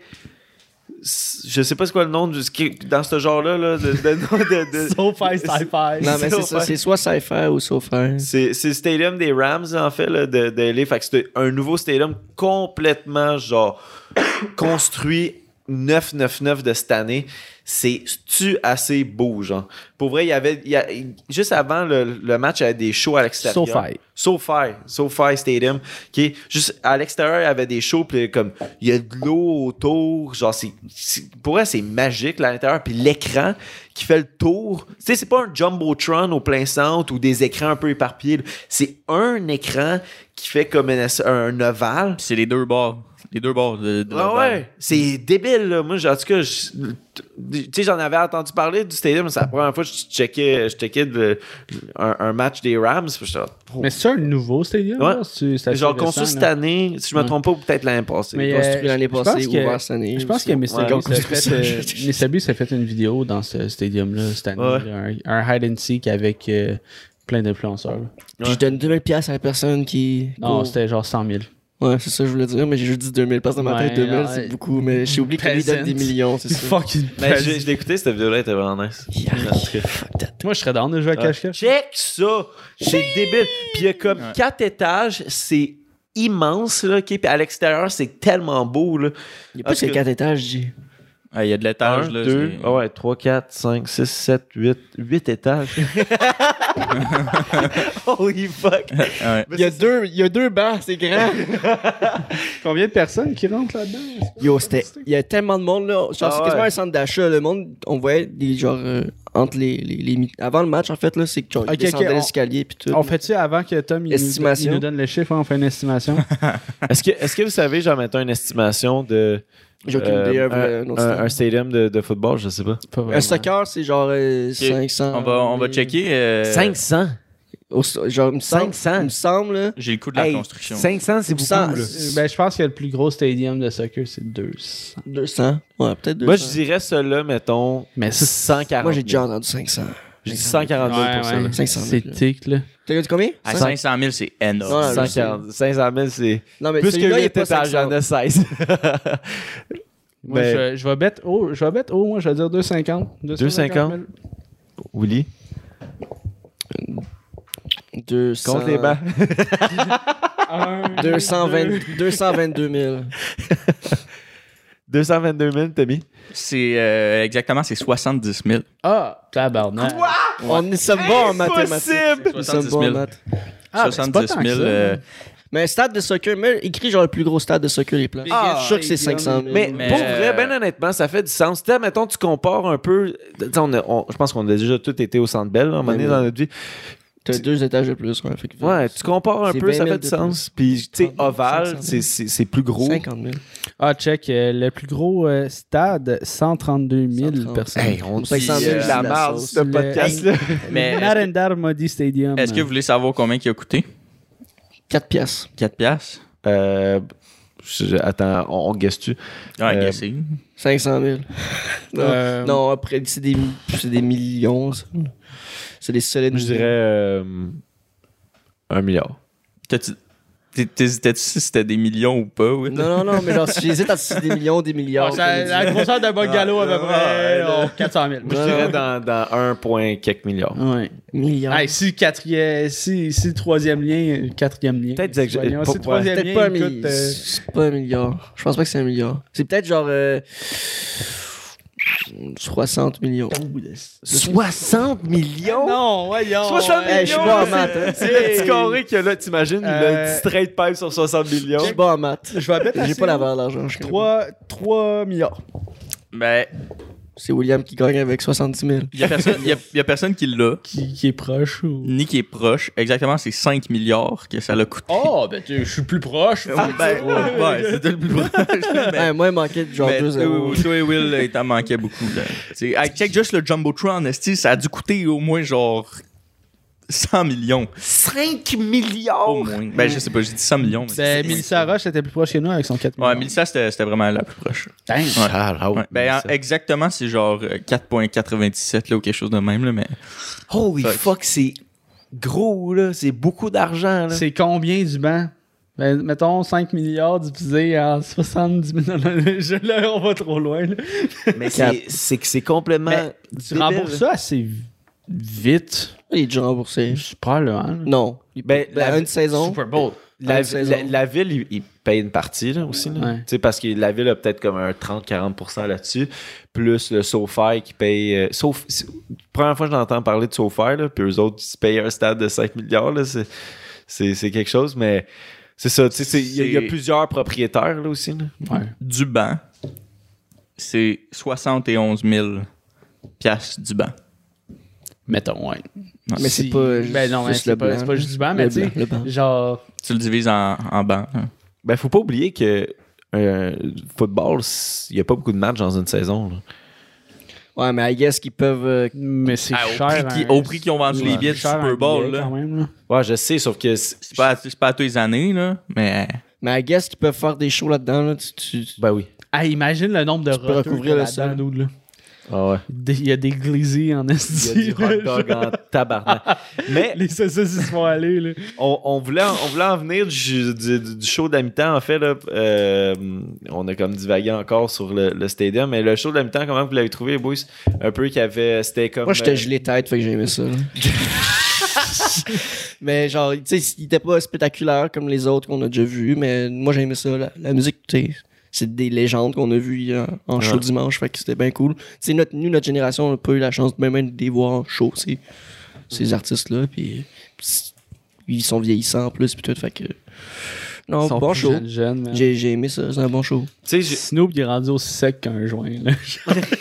A: s- je sais pas c'est quoi le nom du ski- dans ce genre-là là, de, de- de- de-
B: SoFi, sci-fi.
D: Non, mais c'est ça,
A: SoFi.
D: c'est soit sci-fi ou SoFi.
A: c'est c'est le stadium des Rams en fait là, de, de LA. Fait que c'est un nouveau stadium complètement genre construit 999 de cette année. C'est tu assez beau genre. Pour vrai, il y avait il y a- juste avant le, le match, il y avait des shows à l'extérieur.
B: SoFi.
A: SoFi, SoFi Stadium, qui est juste à l'extérieur, il y avait des shows, puis comme il y a de l'eau autour, genre c'est, c'est- pour elle c'est magique là, à l'intérieur, puis l'écran qui fait le tour, tu sais c'est pas un jumbotron au plein centre ou des écrans un peu éparpillés, là. c'est un écran qui fait comme un, un ovale.
C: C'est les deux bords. Les deux bords de, de
A: Ah
C: l'ovale.
A: ouais, c'est débile là. Moi, j'ai- en tout cas, je- tu sais, j'en avais entendu parler du stadium, c'est la première fois que je checkais, je checkais de- un, un match des Rams, puis j'étais là, Oh,
B: Mais c'est un nouveau stadium?
A: Ouais.
B: là? C'est- c'est assez
A: Genre
B: récent,
A: construit
B: là. Mm.
A: cette année, si je me trompe pas, ou peut-être l'année passée.
B: Mais, euh,
D: Construit l'année
B: je- je
D: passée,
B: pense que-
D: ouvert cette année.
B: Je pense que Mr.
A: Ouais.
B: B s'est
D: Comme
B: fait,
D: ça,
B: euh,
D: je-
B: Mr. B s'est fait une vidéo dans ce stadium-là cette année.
A: Ouais.
B: là, un, un hide and seek avec euh, plein d'influenceurs. là.
D: Puis je donne 2000 pièces à la personne qui.
B: Non,
D: Go.
B: c'était genre 100 000.
D: Ouais, c'est ça que je voulais dire, mais j'ai juste dit 2000 parce que dans ma
B: Ouais,
D: tête, 2000
B: ouais.
D: c'est beaucoup, mais j'ai oublié qu'il lui donne des
B: Peasant.
D: millions, c'est ça.
B: Fucking
A: Mais Ben, je, je l'ai écouté, cette vidéo-là était vraiment nice.
B: Moi, je serais down de jouer à cache-cache.
A: Check ça! C'est débile! Puis il y a comme quatre étages, c'est immense, là, OK? Puis à l'extérieur, c'est tellement beau, là.
D: Il n'y a pas que 4 étages, j'ai.
C: Ah, Il y a de l'étage, là. c'est-
A: ah ouais, 3, 4, 5, 6, 7, 8, 8 étages. Holy fuck!
C: Ah ouais.
D: Il y a deux, il y a deux bars, c'est grand.
B: Combien de personnes qui rentrent là-dedans?
D: Yo, c'était. Il y a tellement de monde, là. Genre,
A: Ah
D: c'est quasiment
A: ouais.
D: un centre d'achat. Le monde, on voyait des, genre, euh, entre les, les, les mi- Avant le match, en fait, là, c'est que genre,
B: Ok,
D: ils descendaient
B: ok, on-
D: l'escalier, puis tout.
B: On fait-tu avant que Tom il nous,
D: Estimation.
B: il nous donne le chiffre? hein, on fait une estimation.
A: Est-ce que, est-ce que vous savez, j'en mettais une estimation de
D: J'ai aucune
A: euh,
D: idée, un,
A: un,
D: un autre
A: un-
D: stade.
A: un stadium de, de football? Je sais pas.
B: Pas vraiment.
D: Un soccer, c'est genre euh, 500.
C: On va, on va
D: mais-
C: checker. euh,
A: 500!
D: Au- genre, il me semble.
A: 500.
D: Il me semble, là.
C: J'ai le coup de la
A: Hey,
C: construction.
A: 500, c'est beaucoup,
D: Cent-
A: là.
B: Euh, Ben, je pense que le plus gros stadium de soccer, c'est 200.
D: 200. Ouais, peut-être 200.
A: Moi, je dirais cela, mettons,
B: Mais ça,
A: 140.
D: Moi, j'ai déjà entendu 500.
A: J'ai dit 140 000 Ah, pour ça. là.
D: 500 000,
B: C'est
D: là.
B: tic, là.
D: T'as dit combien?
C: À
D: 500?
C: 500 000, c'est énorme.
D: Ouais.
A: 140 500 000, c'est
D: Non, mais
A: plus que
D: celui-là, il est
A: 8
D: pas
A: étages,
D: 500.
A: j'en ai 16.
B: Moi,
A: Ben-
B: je, je vais bête haut. Je vais bête haut, moi, je vais dire 250.
A: 250.
B: 000.
A: Willy,
D: 200...
A: compte les bas.
B: Un,
D: 220 222 000.
A: 222 000, t'as mis.
C: C'est euh, exactement, c'est 70 000.
B: Ah, tabarnak.
D: On est sommes bons en mathématiques.
A: Impossible!
D: Nous sommes bons en
C: 70 000.
D: maths.
B: Ah, ben, c'est
C: 70
B: pas
C: 000.
B: tant que ça,
C: euh,
D: Mais stade de soccer, mais écrit genre le plus gros stade de soccer, les plans.
A: Ah,
D: je suis sûr que c'est 500 000.
A: Mais,
C: Mais,
A: pour vrai,
C: euh,
A: ben honnêtement, ça fait du sens. Tu sais, mettons, tu compares un peu. tu sais, on a- on- je pense qu'on a déjà tous été au centre belle, à un moment donné,
D: Ben oui.
A: dans notre vie.
D: T'as deux étages de plus, ouais. fait que-
A: Ouais, tu compares un
D: C'est
A: peu,
D: 20
A: ça
D: 000
A: fait
D: de Ah,
A: du sens. Puis, tu sais,
D: 30 000,
A: ovale,
D: 500
A: c'est
D: 000.
A: c'est- c'est plus gros.
D: 50 000.
B: Ah, check. euh, le plus gros euh, stade, 132 000
D: 130.
B: personnes.
A: Hey, on dit
D: 500
C: 000,
A: euh,
C: c'est
A: la
D: la
A: marde,
D: sauce.
A: ce
B: Le-
A: podcast-là.
C: mais est-ce que-
B: Narendra Modi Stadium.
C: est-ce que vous voulez savoir combien il a coûté?
D: 4 piastres.
C: 4 piastres?
A: Euh, je- Attends, on, on guesse-tu?
C: Ouais,
A: Euh,
C: guessez.
D: 500 000. non,
B: Euh,
D: non, après, c'est des, c'est des millions, ça. C'est des solides.
A: Je dirais euh, un milliard.
C: T'as-tu- t'hés- T'hésitais-tu si c'était des millions ou pas? oui?
D: Non, non, non, mais genre, j'hésite à si c'est des millions, des milliards.
B: Ah, ça-
D: comme
B: la grosseur d'un bas de galop, à peu près,
A: Ah, ouais,
B: oh, 400 000.
A: Moi, je
D: Ouais,
A: dirais
D: ouais.
A: dans, dans 1 point quelques milliards.
B: Ouais.
D: des Milliards.
B: Hey, si, le quatrième, si, si le troisième lien, le quatrième lien.
A: Peut-être que j'ai-
B: Voyons, si le
A: pour-
B: troisième
D: Peut-être
B: lien,
D: pas un
B: il coûte,
D: milliard.
B: euh,
D: C'est pas un milliard. Je pense pas que c'est un milliard. C'est peut-être genre. euh, 60 millions.
A: 60 millions?
B: Non, voyons.
A: 60
D: Hey, je suis
A: millions,
D: bon en maths. hein.
A: C'est le petit carré qu'il y a là, t'imagines? Il a
B: Euh,
A: un petit straight pipe sur 60 millions.
D: Je suis bon en maths.
B: Je vais mettre
D: J'ai pas la valeur d'argent.
B: 3, milliards.
C: Ben,
D: C'est William qui gagne avec 70 000.
C: il y a personne- y a- y a personne qui l'a,
B: Qui, qui est proche ou.
C: ni qui est proche. Exactement, c'est 5 milliards que ça l'a coûté.
B: Oh, ben, tu- je suis plus proche.
C: Ben,
B: oh,
C: ouais, ouais, c'était le plus proche. mais-
D: Ouais, moi, il manquait genre
C: Mais
B: euh,
D: 2 euros.
C: toi, toi et Will, là, il t'en manquait beaucoup. Là. T'sais, hey, check juste le Jumbotron, esti, ça a dû coûter au moins genre 100 millions.
A: 5 milliards?
C: Au moins. Ben, je sais pas, j'ai dit 100 millions. mais-
B: Ben, Mélissa Roche était plus proche que nous avec son 4
C: Ouais,
B: millions.
C: Mélissa, c'était c'était vraiment la plus proche.
B: Damn.
C: Ouais.
A: Ah,
C: Ouais. Ben, en- exactement, c'est genre euh, 4,97 là, ou quelque chose de même. Là, mais
A: Ben, Holy
C: Fuck.
A: fuck, c'est gros, là. C'est beaucoup d'argent, là.
B: C'est combien du banc Ben, mettons 5 milliards divisé en 70 millions. Je- là, on va trop loin. là.
A: Mais c'est- Ben, c'est que c'est complètement.
B: Mais Tu
A: débile.
B: rembourses ça assez v- vite.
D: Il est déjà remboursé.
B: Je parle là. hein.
D: Non.
A: Ben,
D: La,
A: la-
D: une saison.
C: Super Bowl.
A: La,
D: Une saison.
A: la- la ville, il, il paye une partie là, aussi. là.
B: Ouais.
A: Tu sais, Parce que la ville a peut-être comme un 30-40% là-dessus, plus le SoFi qui paye. euh, sauf, c'est- première fois que j'entends parler de SoFi, là, puis eux autres, ils payent un stade de 5 milliards. là, c'est- C'est c'est quelque chose, mais c'est ça. tu sais, c'est- Il y, a- il y a
C: C'est-
A: plusieurs propriétaires là, aussi. là.
B: Ouais.
C: Du banc, c'est 71 000 piastres du banc.
B: Mettons, ouais.
C: Ouais.
D: Mais c'est pas
B: Ben non, hein,
D: juste
B: c'est
D: le
B: pas,
D: blanc.
B: c'est pas juste du banc,
D: Le
B: mais tu sais,
D: blanc, le blanc.
B: genre.
C: Tu le divises en, en banc. hein.
A: Ben, faut pas oublier que euh, football, c'est- il n'y a pas beaucoup de matchs dans une saison. là.
D: Ouais, mais I guess qu'ils peuvent. euh,
B: Mais c'est
C: Ah, au
B: cher.
C: prix qu'ils- au prix qu'ils ont vendu les
B: c'est
C: billets du
B: cher
C: Super
B: un
C: Bowl,
B: billet
C: là.
B: quand même, là.
A: Ouais, je sais, sauf que. c'est-
C: C'est pas, à- c'est pas à tous les années, là, mais
D: Mais I guess qu'ils peuvent faire des shows là-dedans. Là. Tu, tu- tu-
A: Ben oui.
B: Ah, imagine le nombre de
D: peux recouvrir le sol.
B: sol. Là.
A: Ah ouais.
B: Des- Il y a des glazés en
A: Il y
B: esti.
A: a du
B: là,
A: hot dog
B: genre.
A: en tabarnak. Mais
B: Les saucisses, ils se font aller. Là.
A: on, on voulait, en- on voulait en venir du, du- du show de la mi-temps, en fait. Là, Euh, on a comme divagué encore sur le, le stadium. Mais le show de la mi-temps, comment vous l'avez trouvé, les boys Un peu qu'il y avait. C'était comme.
D: Moi, j'étais
A: euh,
D: gelé tête, fait que j'aimais ça. là. mais genre, tu sais, il était pas spectaculaire comme les autres qu'on a déjà vus, mais moi, j'aimais ça. La, la musique, tu sais, c'est des légendes qu'on a vues en, en show
A: Ouais.
D: dimanche, fait que c'était bien cool. Tu sais, notre, nous, notre génération, on n'a pas eu la chance de même de les voir en show, ces,
A: Mm.
D: ces artistes-là, puis puis ils sont vieillissants en plus, puis tout, fait que. Non,
B: Ils sont
D: bon
B: plus
D: show.
B: jeunes, jeunes, man.
D: J'ai j'ai aimé ça, c'est un bon show.
A: tu sais, j'ai-
B: Snoop, il est rendu aussi sec qu'un joint. Là.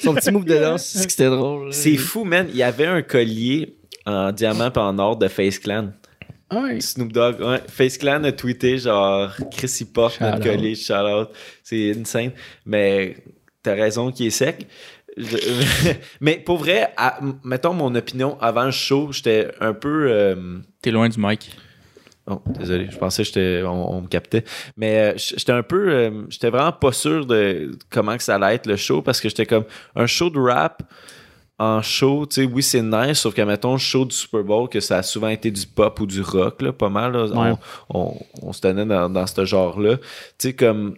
D: Son petit move de danse, c'est que c'était drôle. là.
A: c'est fou, man. Il y avait un collier en diamant et en or de Face Clan.
B: Ah ouais.
A: Snoop Dogg, ouais. Face Clan a tweeté genre Chris il porte
B: Shout
A: notre
B: out.
A: collier, shout out. C'est insane. Mais t'as raison qu'il est sec. Je- mais pour vrai, à- mettons mon opinion avant le show, j'étais un peu. euh,
C: t'es loin du mic.
A: Oh, désolé, je pensais que j'étais, on, on me captait. Mais euh, j- j'étais un peu, euh, j'étais vraiment pas sûr de comment que ça allait être le show parce que j'étais comme un show de rap en show, tu sais, oui, c'est nice, sauf qu'à mettons le show du Super Bowl, que ça a souvent été du pop ou du rock, là, pas mal. là.
B: Ouais.
A: On, on- on se tenait dans, dans ce genre-là. Tu sais, comme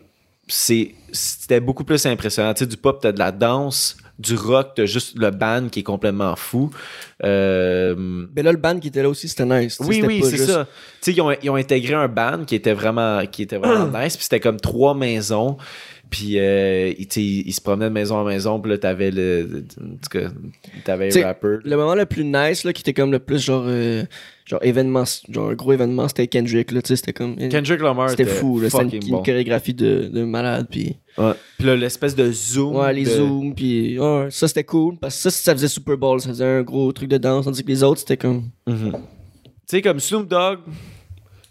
A: c'est, c'était beaucoup plus impressionnant. Tu sais, du pop, t'as de la danse, du rock, t'as juste le band qui est complètement fou. Euh,
D: Mais Ben là, le band qui était là aussi, c'était nice. tu sais,
A: oui,
D: c'était
A: oui,
D: pas
A: c'est
D: juste-
A: ça. Tu sais, ils ont, ils ont intégré un band qui était vraiment, qui était vraiment nice. Puis c'était comme trois maisons. Puis, euh, ils- tu sais, ils ils se promenaient de maison en maison. Puis là, t'avais le. En tout cas, t'avais
D: T'sais,
A: le rapper.
D: Le moment le plus nice, là, qui était comme le plus genre, euh, genre événement, genre un gros événement, c'était Kendrick, là, tu sais, c'était comme.
A: Kendrick Lamar.
D: C'était fou, là, c'était une,
A: fucking
D: une
A: bon.
D: chorégraphie de, de malade, puis.
A: Ouais. Puis là, l'espèce de zoom.
D: Ouais, les
A: de-
D: zooms, puis. ouais, ça c'était cool, parce que ça, ça faisait Super Bowl, ça faisait un gros truc de danse, tandis que les autres, c'était comme.
A: Mhm. Tu sais, comme Snoop Dogg,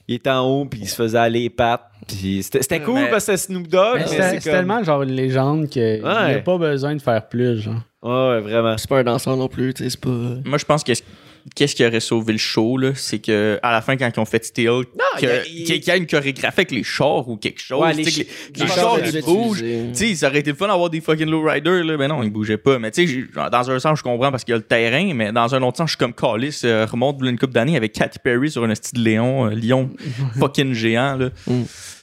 A: il était en haut. Puis il se faisait aller les pattes. Puis c'était c'était cool
C: Mais-
A: parce que c'était Snoop Dogg.
B: Mais
A: mais
B: C'est
A: c'est
B: c'est
A: comme-
B: tellement genre une légende qu'il n'y a
A: Ouais.
B: pas besoin de faire plus. Genre.
A: Ouais, ouais, vraiment.
D: ah, C'est pas un danseur non plus, tu sais, c'est pas. euh,
C: Moi, je pense que ce- qu'est-ce qui aurait sauvé le show, là, c'est que à la fin, quand ils ont fait Steel,
A: il y
C: que-
A: a-
C: qu'il y, a une chorégraphie avec les chars ou quelque chose.
A: Ouais, les
C: tu sais,
A: chi-
C: que les, les
A: les
C: chars,
A: chars,
C: ils
A: ils
C: bougent.
D: utilisés.
C: Tu sais, ça aurait été le fun d'avoir des fucking lowriders, là. Mais non, ils bougeaient pas. Mais tu sais, j'ai- dans un sens, je comprends parce qu'il y a le terrain, mais dans un autre sens, je suis comme Callis, euh, remonte une coupe d'années avec Katy Perry sur un style de Léon, euh, lion fucking géant, là.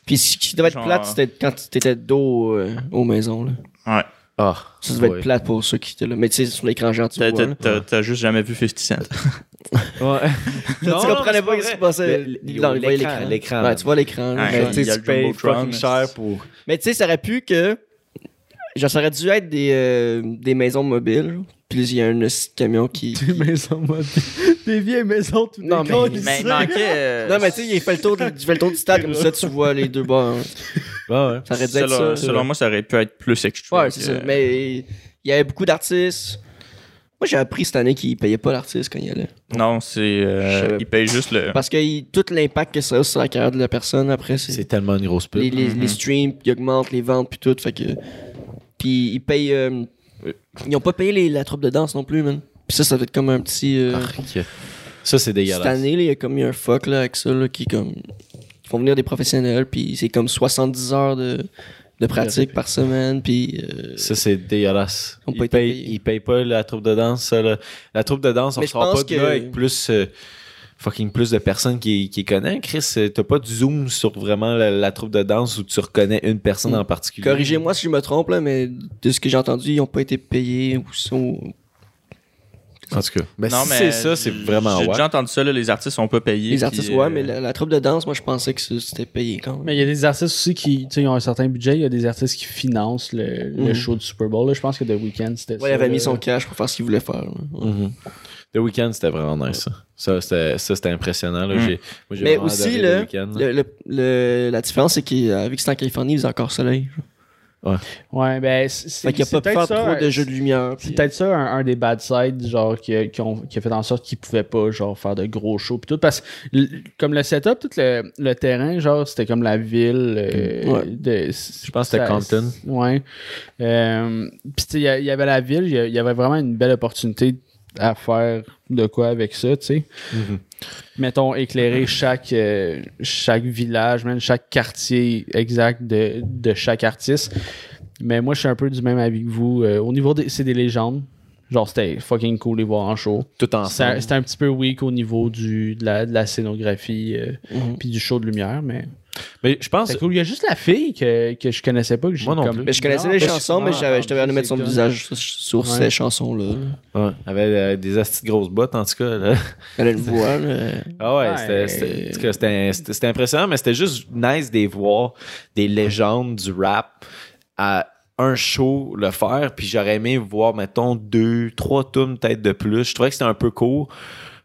D: Puis ce qui devait être
C: Genre-
D: plate, c'était quand t'étais dos euh, aux maisons, là.
C: Ouais.
A: Ah,
D: Ça devait
A: ouais.
D: être plate pour ceux qui étaient là. Mais tu sais, sur l'écran géant, tu
C: T'as-
D: vois.
C: T'as
D: là.
C: t'as- t'as juste jamais vu 50 Cent.
A: Ouais.
D: tu comprenais pas
A: mais
D: ce
A: c'est
D: qui se passait.
A: Le- le-
D: Non, il voyait
A: l'écran, l'écran.
D: Ouais, tu vois l'écran. là.
C: Ouais.
D: Mais
A: Mais
C: il
A: tu
C: y a
A: sais,
C: le
A: tu payes
C: Jumbotron,
A: fucking
C: mais
A: cher
C: c'est-
A: pour.
D: Mais tu sais, ça aurait pu que. Genre, ça aurait dû être des, euh, des maisons mobiles. genre. Puis il y a un euh, camion qui.
B: Des maisons mode. Des vieilles maisons toutes
D: Non, mais-
B: décalées.
C: Mais il manquait. euh,
D: Non, mais tu sais, il fait le tour, de- il fait le tour du stade comme ça, tu vois les deux bords. hein. Ça aurait dû être
C: selon,
D: ça.
C: selon moi, ça aurait pu être plus extra.
D: Ouais, c'est ça.
C: que-
D: Mais il y avait beaucoup d'artistes. Moi, j'ai appris cette année qu'ils payaient pas l'artiste quand il y allait.
C: Non, c'est.
D: Je
C: Euh,
D: savais
C: il paye juste le.
D: Parce que il- tout l'impact que ça a sur la carrière de la personne après, c'est.
A: C'est tellement une grosse pub.
D: les, les,
C: Mhm.
D: les streams, puis ils augmentent les ventes, puis tout. Fait que. Puis ils payent. euh, ils ont pas payé les- la troupe de danse non plus, man. Puis ça, ça doit être comme un petit.
C: Ah,
D: euh,
A: Arc. Ah, Ça, c'est
D: cette
A: dégueulasse.
D: année, là, il y a comme eu un fuck là, avec ça, là, qui comme. Ils font venir des professionnels, puis c'est comme 70 heures de, de pratique par semaine, puis. euh,
A: Ça, c'est dégueulasse.
D: On peut
A: Ils
D: être
A: payent,
D: payé.
A: ils payent pas la troupe de danse. ça, là. La troupe de danse, on
D: Mais
A: ne
D: je
A: sort
D: pense
A: pas de là
D: que-
A: avec plus. euh, fucking plus de personnes qui, qui connaissent. Chris, euh, t'as pas de zoom sur vraiment la, la troupe de danse où tu reconnais une personne en particulier.
D: Hmm. Corrigez-moi si je me trompe, là, mais de ce que j'ai entendu, ils ont pas été payés ou sont.
A: En tout cas,
D: Ben,
C: Ben,
A: mais si c'est ça, c'est vraiment
C: J'ai
A: ouais.
C: déjà entendu ça, là, les artistes sont pas payés.
D: Les
C: puis,
D: artistes, ouais,
C: euh,
D: mais la, la troupe de danse, moi, je pensais que ça, c'était payé quand même.
B: Mais il y a des artistes aussi qui tu sais, ils ont un certain budget. Il y a des artistes qui financent le, le
D: Mhm.
B: show du Super Bowl. là. Je pense que The Weeknd, c'était ça. euh,
D: Ouais, il avait
B: là.
D: mis son cash pour faire ce qu'il voulait faire. là.
A: Mhm. Le week-end, c'était vraiment nice. ça. Ça, c'était, ça, c'était impressionnant. Là.
C: Mm.
A: J'ai, moi, j'ai
D: Mais
A: vraiment
D: aussi,
A: adoré
D: là,
A: le week-end, là.
D: Le- le- le- la différence, c'est qu'avec c'est en Californie, il faisait encore soleil.
B: Ouais, ben, c'est- c'est
D: Fait qu'il a pas
B: c'est
D: pu
B: peut-être
D: faire
B: ça, euh,
D: trop de jeux de lumière.
B: C'est
D: puis-
B: peut-être ça un, un des bad sides genre qui, a- qui ont- qui a fait en sorte qu'ils pouvaient pas genre faire de gros shows pis tout parce que l- comme le setup tout le, le terrain genre c'était comme la ville euh,
D: Ouais.
B: de
A: Je pense que c'était
B: ça-
A: Compton.
B: Ouais. Euh, puis tu sais, il y a- il y avait la ville, il y a- il y avait vraiment une belle opportunité à faire de quoi avec ça, tu sais.
A: Mhm.
B: Mettons, éclairer chaque, euh, chaque village, même chaque quartier exact de, de chaque artiste. Mais moi, je suis un peu du même avis que vous. Euh, au niveau des, c'est des légendes. Genre, c'était fucking cool les voir en show.
A: Tout
B: C'était un,
A: ensemble.
B: c'était un petit peu weak au niveau du, de, la, de la scénographie euh,
D: Mhm.
B: puis du show de lumière, mais
A: Mais je pense.
B: c'est cool. Il y a juste la fille que, que je connaissais pas. Que j'ai
A: Moi non
B: comme-
A: plus.
D: Mais je connaissais les
B: Non,
D: chansons, mais
B: non,
D: j'avais, j'étais allé
B: c'est
D: mettre son
B: comme-
D: visage sur, sur
B: Ouais.
D: ces chansons-là.
A: Ouais, avait euh, des astis de grosses bottes, en tout cas. Là.
D: Elle a une voix, là.
A: Ah ouais,
B: Ouais.
A: c'était- c'était- en tout cas, c'était c'était- c'était impressionnant, mais c'était juste nice de voir des légendes du rap à un show le faire. Puis j'aurais aimé voir, mettons, deux, trois tomes peut-être de plus. Je trouvais que c'était un peu court.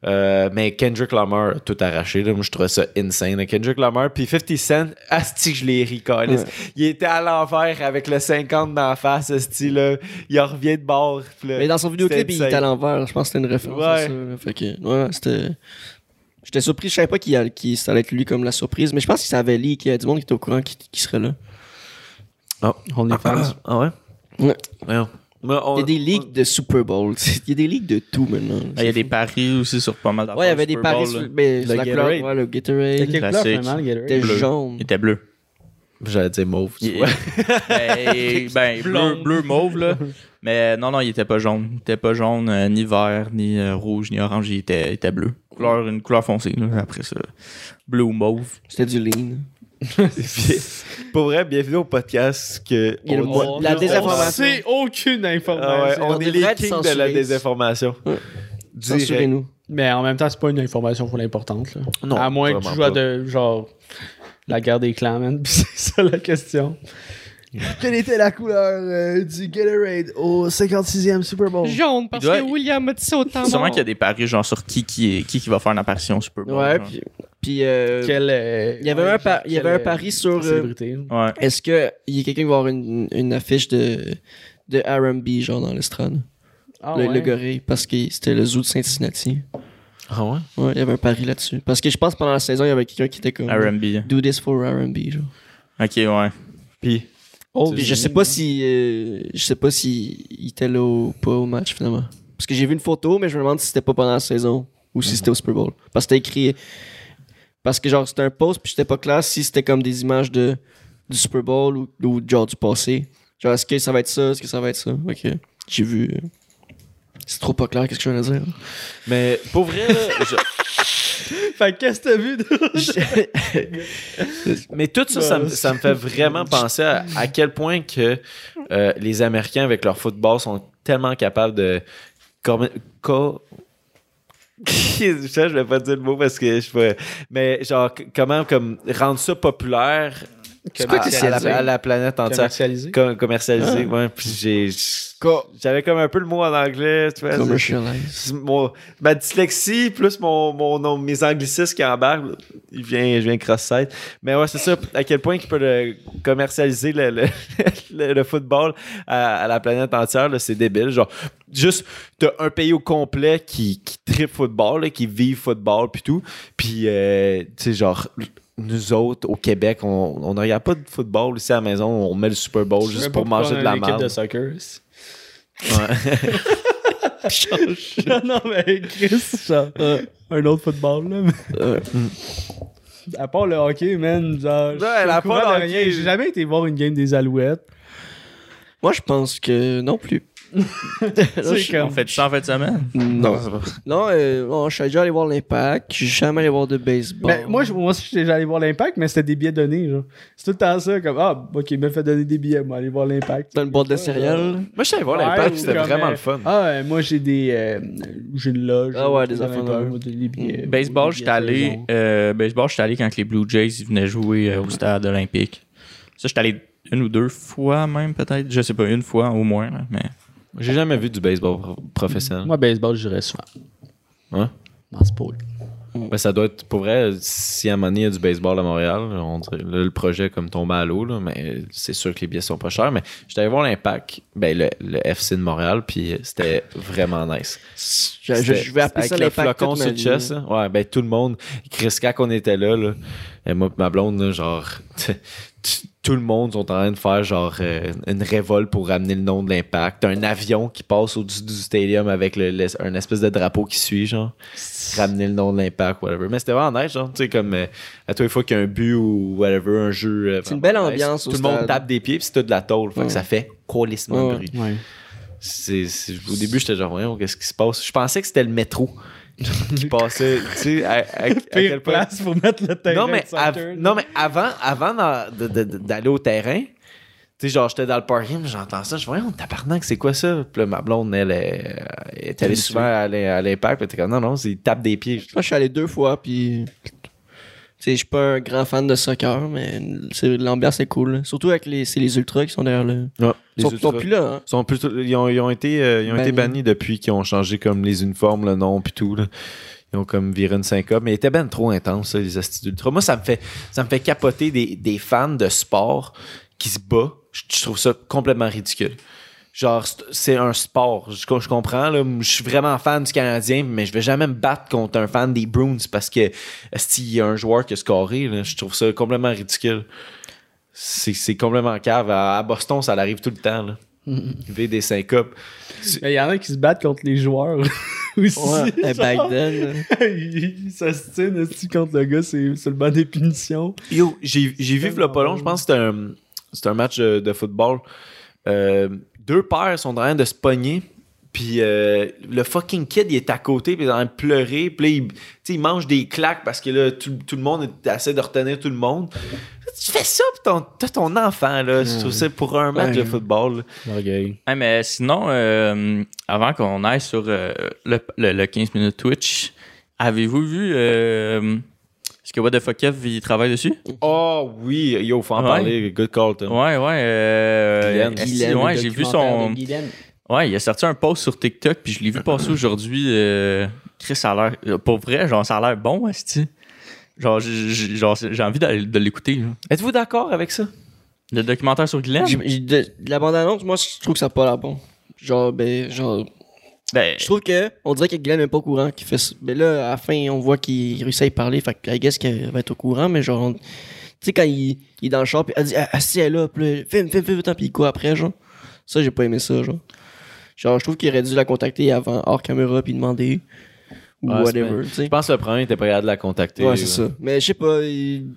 A: euh, mais Kendrick Lamar a tout arraché. Là. Moi, je trouvais ça insane. là. Kendrick Lamar, puis 50 Cent, asti que je l'ai ri, câlisse.
D: Ouais.
A: Il était à l'enfer avec le 50 dans la face, asti, là. Il en revient de bord. puis là,
D: Mais dans son vidéoclip,
A: c'était
D: il était à
A: insane.
D: l'envers. Je pense que c'était une référence à
A: Ouais.
D: ça. là. Fait que, ouais, c'était. J'étais surpris, je savais pas qu'il, allait- qu'il- ça allait être lui comme la surprise, mais je pense qu'il savait lui, qu'il y a du monde qui était au courant qui, qui serait là.
B: OnlyFans.
A: Ah ouais?
D: Ouais.
A: Voyons. Mais on-
D: Il y a des ligues de Super Bowl. Il y a des ligues de tout maintenant.
C: Ah, Il y a des paris aussi sur pas mal d'affaires.
D: Ouais, il y avait des
C: Super Bowl,
D: paris
C: là.
D: sur, mais
A: Le
D: sur la
A: Gatorade.
D: couleur, ouais, le
B: C'était
D: Gatorade.
B: quel couleur,
C: Classique.
B: finalement, le Gatorade?
D: C'était
C: bleu.
D: jaune.
C: Il était bleu.
A: J'allais dire mauve. tu
C: Il-
A: vois.
C: ben, ben, bleu, bleu mauve là. Mais non non, il était pas jaune, il était pas jaune euh, ni vert, ni euh, rouge, ni orange, il était, il était bleu. Couleur une couleur foncée là, après ça. Bleu ou mauve.
D: C'était du lean.
A: Bien- Pour vrai, bienvenue au podcast que
D: Il y a le
A: on-
D: mois- la
A: on-
D: désinformation.
B: On sait Oh, aucune
A: Ah ouais,
B: information.
A: on
D: On
A: est les
D: devrait être
A: kings de la
D: censurés.
A: désinformation.
D: Ouais.
A: Direct.
D: Censurez-nous.
B: Mais en même temps, c'est pas une information pour l'importante. là.
A: Non,
B: à moins que
A: vraiment
B: tu joues à
A: pas.
B: de genre la guerre des clans, man. Puis c'est ça la question. Quelle était la couleur euh, du Gatorade au 56e Super Bowl?
E: Jaune, parce
C: Il doit-
E: que William a dit ça au temps
C: Sûrement
E: mort.
C: qu'il y a des paris genre sur qui qui, est- qui, qui va faire une apparition au Super Bowl.
D: Ouais,
C: genre.
D: puis. puis, euh,
B: Quel, euh,
D: Il y avait
B: ouais,
D: un par-
B: quelle,
D: il y avait un
B: euh,
D: pari sur, euh,
B: célébrité.
C: Ouais.
D: Est-ce que il y a quelqu'un qui va avoir une, une affiche de, de R&B genre dans l'estrade?
B: Ah
D: le,
B: ouais.
D: le gorille, parce que c'était le zoo de Cincinnati.
A: Ah ouais?
D: Ouais, il y avait un pari là-dessus. Parce que je pense que pendant la saison, il y avait quelqu'un qui était comme
C: R&B.
D: Do this for R&B genre.
C: OK, ouais.
A: Puis,
B: Old
D: Puis Oh, je sais pas si euh, je sais pas si il était là ou pas au match finalement. Parce que j'ai vu une photo, mais je me demande si c'était pas pendant la saison ou
B: Mhm.
D: si c'était au Super Bowl. Parce que c'était écrit parce que genre c'était un post puis j'étais pas clair si c'était comme des images de du Super Bowl ou, ou genre du passé. Genre est-ce que ça va être ça, est-ce que ça va être ça. Ok, j'ai vu. euh, C'est trop pas clair qu'est-ce que je viens de dire.
A: mais pour vrai, là, je-
B: Fait que qu'est-ce que t'as vu? de-
A: mais tout ça, ça me, ça me fait vraiment penser à, à quel point que euh, les Américains avec leur football sont tellement capables de com- co- je sais, je vais pas dire le mot parce que je peux. Mais genre, c- comment comme rendre ça populaire
B: C'est
A: à, à la, à la planète entière?
B: Commercialisé. Ah.
A: Com- commercialisé, ouais. Puis j'ai, j'avais comme un peu le mot en anglais, tu vois.
D: Commercialize.
A: C'est- mon- ma dyslexie plus mon, mon, nom- mes anglicismes qui embarquent, là, il vient, je viens cross-site. Mais ouais, c'est ça, à quel point il peut le- commercialiser le, le, le- le football à, à la planète entière, là, c'est débile. Genre, juste, t'as un pays au complet qui, qui tripe football, là, qui vit football, puis tout. Puis, euh, tu sais, genre, nous autres, au Québec, on on ne regarde pas de football ici à la maison, on met le Super Bowl
B: Je sais
A: juste
B: pas
A: pour manger
B: pourquoi
A: de
B: on a
A: la
B: une équipe
A: merde.
B: de soccer.
A: Ouais.
B: non, non, mais Chris, genre,
D: Euh,
B: un autre football, là. mais-
D: Ouais.
B: à part le hockey, man, genre. je suis
A: elle
B: au
A: a
B: courant
A: pas le
B: de rien.
A: hockey.
B: J'ai jamais été voir une game des Alouettes.
D: Moi je pense que non plus. Là, je-
B: comme-
C: On fait ça en fin de semaine.
D: Non. Non, euh, non, je suis déjà allé voir l'Impact. Je suis jamais allé voir de baseball.
B: Ben, moi, je- moi aussi, j'étais déjà allé voir l'impact, mais c'était des billets donnés. genre. C'est tout le temps ça, comme Ah, ok, il me fait donner des billets, moi, aller voir l'impact.
D: dans une boîte de céréales.
A: Moi, je suis allé voir
B: Ouais,
A: l'impact,
B: ou
A: c'était
B: comme,
A: vraiment
B: euh,
A: le fun.
B: Ah, ouais, moi, j'ai des. euh, j'ai une loge.
D: Ah ouais,
B: j'ai
D: des affaires
B: l'impact,
D: de-
B: moi, des billets- euh,
C: Baseball,
B: des
C: j'étais
B: billets
C: allé,
B: saison.
C: euh, baseball, j'étais allé quand les Blue Jays ils venaient jouer euh, au stade olympique. Ça, j'étais allé une ou deux fois même, peut-être. Je sais pas, une fois au moins. là, mais
A: J'ai jamais vu du baseball pro- professionnel.
B: Moi, baseball, j'irais souvent.
A: Ouais.
B: Dans ce pôle.
A: Ben, ça doit être, pour vrai, si à un moment donné, il y a du baseball à Montréal, on dirait- là, le projet comme tombe à l'eau, là, mais c'est sûr que les billets sont pas chers. Mais j'étais allé voir l'impact, ben, le, le FC de Montréal, puis c'était vraiment nice.
D: Je, je- je vais appeler
A: Avec
D: ça
A: le
D: l'Impact.
A: flocon
D: toute ma
A: sur le
D: vie.
A: chest. là. Ouais, ben tout le monde. Chris, quand on était là, là et moi pis ma blonde, là, genre, t- t- tout le monde sont en train de faire genre euh, une révolte pour ramener le nom de l'impact. Un avion qui passe au-dessus du stadium avec le, le- un espèce de drapeau qui suit, genre. Ramener le nom de l'impact, whatever. Mais c'était vraiment nice, genre, tu sais, comme euh, à tous les fois qu'il y a un but ou whatever, un jeu. euh,
D: C'est une
A: vraiment
D: belle ambiance
A: Tout
D: au
A: le monde
D: stade.
A: tape des pieds, puis c'est tout de la tôle. Fait
D: Ouais.
A: que ça fait colissement
D: Ouais.
A: de bruit.
B: Ouais.
A: C'est- c'est- au début, j'étais genre, voyons, qu'est-ce qui se passe? Je pensais que c'était le métro qui passait. tu sais, à, à- à
B: Pire
A: quel point-
B: place pour mettre le terrain.
A: Non, mais,
B: de soccer,
A: av-
B: là.
A: non, mais avant, avant d'en- de- de- de- d'aller au terrain, tu sais, genre, j'étais dans le parking, puis j'entends ça, je dis, voyons, tabarnak, c'est quoi ça? Puis là, ma blonde, elle, elle, elle est allée souvent à l'im- à l'impact, puis elle était comme, non, non, c'est- il tape des pieds.
D: Je pense que je suis allé deux fois, puis. Tu sais, je suis pas un grand fan de soccer, mais c'est- l'ambiance est cool. là. Surtout avec les, c'est les ultras qui sont derrière le. Ils
A: Les
D: sont, sont
A: ultras.
D: plus là, hein.
A: sont plutôt- ils, ont, ils ont été, euh, ils ont été
D: Bannis.
A: bannis depuis qu'ils ont changé comme les uniformes, le nom puis tout. là. Ils ont comme viré une syncope. Mais ils étaient ben trop intenses, là, les astuces d'ultra. Moi, ça me fait, ça me fait capoter des, des fans de sport qui se battent. Je, je trouve ça complètement ridicule. Genre, c'est- c'est un sport. Je, je comprends. là. je suis vraiment fan du Canadien, mais je vais jamais me battre contre un fan des Bruins parce que s'il y a un joueur qui a scoré, là, je trouve ça complètement ridicule. C'est c'est complètement cave. À, à Boston, ça l'arrive tout le temps. Là. V des syncopes.
B: Mais il y en a qui se battent contre les joueurs aussi.
D: Ouais,
B: genre.
D: back then. là.
B: il s'astinent aussi contre le gars, c'est c'est le banc des punitions.
A: Yo, j'ai j'ai vu le pas long, je pense que c'était un, c'était un match de, de football. Euh, deux pères sont en train de se pogner. Puis euh, le fucking kid, il est à côté, puis il est en train de pleurer. Puis là, il, tu sais, il mange des claques parce que là, tout, tout le monde est- essaie de retenir tout le monde. Tu fais ça, puis ton, t'as ton enfant, là, je trouve ça pour un match de football. là.
B: L'orgueil.
C: Hey, mais sinon, euh, avant qu'on aille sur euh, le, le- le 15 minutes Twitch, avez-vous vu euh, est-ce que What the Fuck Kev, il travaille dessus?
A: Oh oui, yo, faut en
C: Ouais.
A: parler. Good call, Tom.
C: Ouais, ouais. euh,
A: Guylaine.
C: est-ce- ouais, j'ai vu son. Ouais, il a sorti un post sur TikTok, puis je l'ai vu passer aujourd'hui. euh, Chris, ça a l'air. euh, Pour vrai, genre, ça a l'air bon, esti. Genre, j'ai- j'ai genre, j'ai envie d'aller- de l'écouter. là.
A: Êtes-vous d'accord avec ça?
C: Le documentaire sur Glenn?
D: J'ai- j'ai- de- de la bande-annonce, moi, je trouve que ça a pas l'air bon. Genre, ben, genre.
C: Ben,
D: Je trouve que, on dirait que Glenn n'est pas au courant qu'il fait ça. Mais là, à la fin, on voit qu'il réussit à y parler, fait que, I guess qu'elle va être au courant, mais genre, on- tu sais, quand il, il est dans le char, puis elle dit, ah, ah, si elle est là, puis là, film, film, film, temps, puis il quoi après, genre. Ça, j'ai pas aimé ça, genre. Genre, je trouve qu'il aurait dû la contacter avant, hors caméra, puis demander. Ou
A: Ouais, c'est bien.
D: whatever, tu sais.
A: Je pense que le premier était pas capable de la contacter.
D: Ouais, c'est ça. Mais je sais pas, il-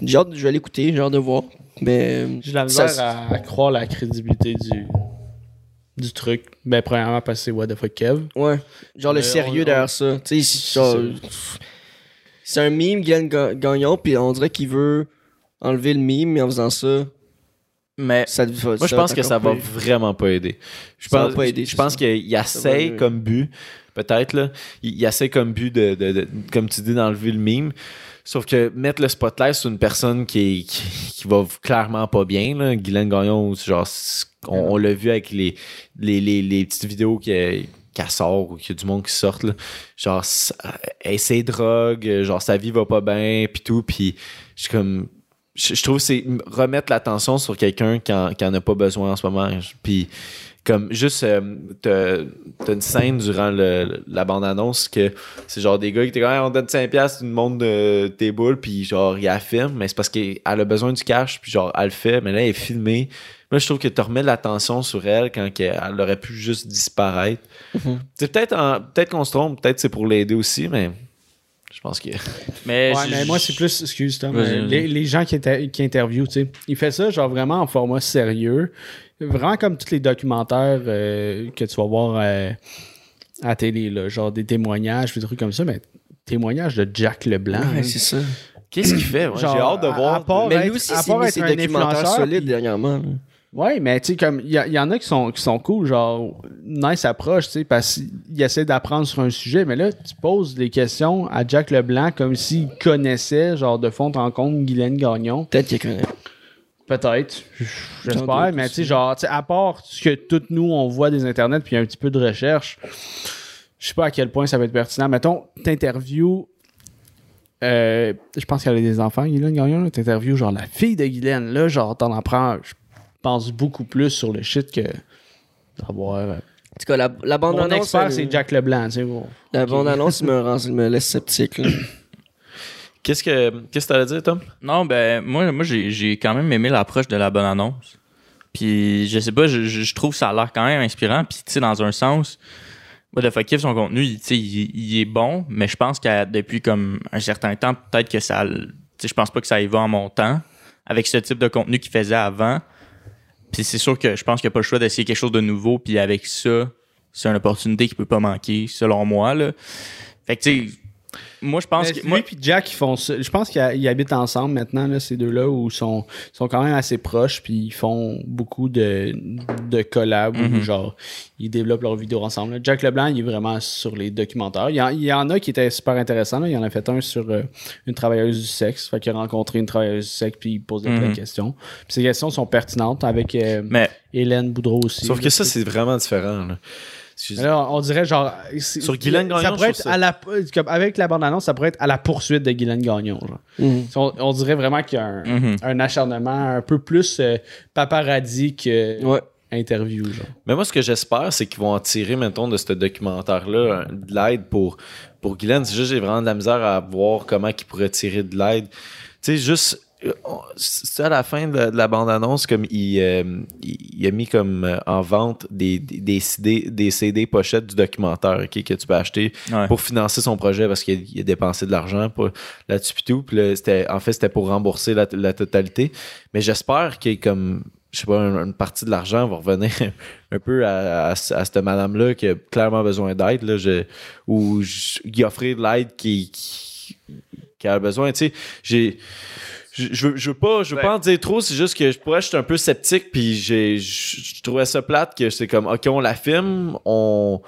D: j'ai hâte, je vais l'écouter, j'ai hâte de voir. Mais.
B: J'ai de la
D: ça-
B: misère à, à croire la crédibilité du, du truc. Ben, premièrement, parce que c'est What the fuck Kev.
D: Ouais. Genre le
B: Mais
D: sérieux
B: on-
D: derrière ça. Tu sais, genre. C'est un mime Glenn Ga- Gagnon, puis on dirait qu'il veut enlever le mime, mais en faisant ça,
C: mais
D: ça Moi,
A: Moi, je pense que ça va vraiment pas aider. Je
D: Ah, Ça va
A: pense,
D: pas aider,
A: je
D: c'est
A: pense
D: ça.
A: qu'il
D: va
A: essaie
D: mieux.
A: comme but, peut-être, là, il, il essaie comme but, de, de- de- comme tu dis, d'enlever le mime. Sauf que mettre le spotlight sur une personne qui, est- qui, qui va clairement pas bien, là, Guylaine Gagnon, genre, c'est- on, on l'a vu avec les, les, les- les petites vidéos qu'elle qu'elle sort ou qu'il y a du monde qui sort, là. genre, ça- elle essaie de drogue, euh, genre, sa vie va pas bien, puis tout, puis je suis comme. Je, je trouve que c'est remettre l'attention sur quelqu'un qui en, qui en a pas besoin en ce moment. Puis, comme juste, euh, t'as t'as une scène durant le- la bande-annonce que c'est genre des gars qui étaient comme, Hey, on donne 5$, piastres, tu nous montres euh, tes boules, puis genre, il la filme, mais c'est parce qu'elle a besoin du cash, puis genre, elle le fait, mais là, elle est filmée. Moi, je trouve que tu remets de l'attention sur elle quand qu'elle- elle, aurait pu juste disparaîêtre.
D: Mhm.
A: C'est peut-être en- peut-être qu'on se trompe, peut-être c'est pour l'aider aussi, mais Je pense que.
C: Mais,
B: Ouais,
C: je-
B: mais
C: je-
B: moi, c'est plus, excuse, Tom,
C: Vas-y,
B: euh,
C: vas-y.
B: les, les gens qui, inter- qui interviewent, tu sais, il fait ça, genre, vraiment en format sérieux, vraiment comme tous les documentaires euh, que tu vas voir euh, à télé, là, genre des témoignages, des trucs comme ça, mais témoignages de Jack Leblanc. hein.
D: c'est ça.
A: Qu'est-ce qu'il fait? moi? J'ai
B: Genre,
A: hâte de
B: à-
A: voir.
B: à part
D: Mais lui
B: être-
D: aussi,
B: à
D: c'est
B: part
D: mis
B: être
D: ses
B: un
D: documentaires
B: influenceur,
D: solides
B: puis-
D: dernièrement. là.
B: Ouais, mais tu sais, comme, il y, a- il y en a qui sont, qui sont cool, genre, nice approche, tu sais, parce qu'ils essaient d'apprendre sur un sujet, mais là, tu poses des questions à Jack Leblanc comme s'il connaissait, genre, de fond en compte, Guylaine Gagnon.
D: Peut-être qu'il connaît.
B: Peut-être, j-
D: Sans
B: j'espère,
D: doute
B: mais tu sais,
D: aussi.
B: genre, tu sais, à part ce que toutes nous, on voit des internets, puis un petit peu de recherche, je sais pas à quel point ça va être pertinent. Mettons, t'interviews, euh, je pense qu'elle a des enfants, Guylaine Gagnon, là, t'interviews genre la fille de Guylaine, là, genre, t'en apprends, je pense, beaucoup plus sur le shit que d'avoir... euh,
D: En tout cas, la, la bande
B: Mon
D: annonce.
B: expert,
D: elle-
B: c'est Jack Leblanc, tu sais, gros.
D: La bande annonce me, rend- me laisse sceptique. là.
A: Qu'est-ce que qu'est-ce que t'allais dire, Tom?
C: Non, ben, moi, moi j'ai j'ai quand même aimé l'approche de la bonne annonce. Puis, je sais pas, je, je- je trouve que ça a l'air quand même inspirant. Puis, tu sais, dans un sens, What the fuck Kev, son contenu, il, tu sais, il- il est bon, mais je pense que depuis comme un certain temps, peut-être que ça. l- tu sais, Je pense pas que ça y va en montant avec ce type de contenu qu'il faisait avant. Puis, c'est sûr que je pense qu'il n'y a pas le choix d'essayer quelque chose de nouveau. Puis, avec ça, c'est une opportunité qui peut pas manquer, selon moi. Là. Fait que, tu sais, moi, je pense
B: Mais
C: que.
B: lui
C: Moi,
B: puis Jack, ils font ça. Je pense qu'ils ils habitent ensemble maintenant, là, ces deux-là, où ils sont, ils sont quand même assez proches, puis ils font beaucoup de, de collabs, où,
C: Mhm.
B: genre, ils développent leurs vidéos ensemble. là. Jack Leblanc, il est vraiment sur les documentaires. Il y en, il y en a qui étaient super intéressants, là. il y en a fait un sur euh, une travailleuse du sexe, fait qu'il a rencontré une travailleuse du sexe, puis il pose des plein
C: Mhm.
B: de questions. Puis ces questions sont pertinentes avec euh,
C: mais
B: Hélène Boudreau aussi.
A: Sauf que
B: là,
A: ça,
B: tu sais.
A: c'est vraiment différent. là. Excuse-
B: Mais là, on on dirait genre. c'est-
A: Sur Guylaine Gagnon,
B: ça pourrait
A: je
B: être
A: trouve ça-
B: à la, comme avec la bande-annonce, ça pourrait être à la poursuite de Guylaine Gagnon. genre.
D: Mhm.
B: On, on dirait vraiment qu'il y a un,
C: Mhm.
B: un acharnement un peu plus euh, paparazzi que
D: Ouais.
B: interview. Genre.
A: Mais moi, ce que j'espère, c'est qu'ils vont en tirer, mettons, de ce documentaire-là, un- de l'aide pour, pour Guylaine. C'est juste, j'ai vraiment de la misère à voir comment ils pourraient tirer de l'aide. Tu sais, juste, euh, on- c'est à la fin de la, de la bande-annonce, comme il, euh, il, il a mis comme euh, en vente des, des, des CD, des CD pochettes du documentaire ok, que tu peux acheter
C: Ouais.
A: pour financer son projet parce qu'il a, il a dépensé de l'argent pour- là-dessus pis tout. Puis là, c'était- en fait, c'était pour rembourser la, la totalité. Mais j'espère que comme je sais pas, un- une, partie de l'argent va revenir un peu à, à- à cette madame-là qui a clairement besoin d'aide. là, je- Ou je- lui offrir de l'aide qui, qui- qu'elle a besoin. Tu sais, j'ai. Je, je veux, je veux pas, je veux pas en dire trop, c'est juste que je pourrais, je suis un peu sceptique, puis j'ai, je, je trouvais ça plate que c'est comme, ok, on la filme, on,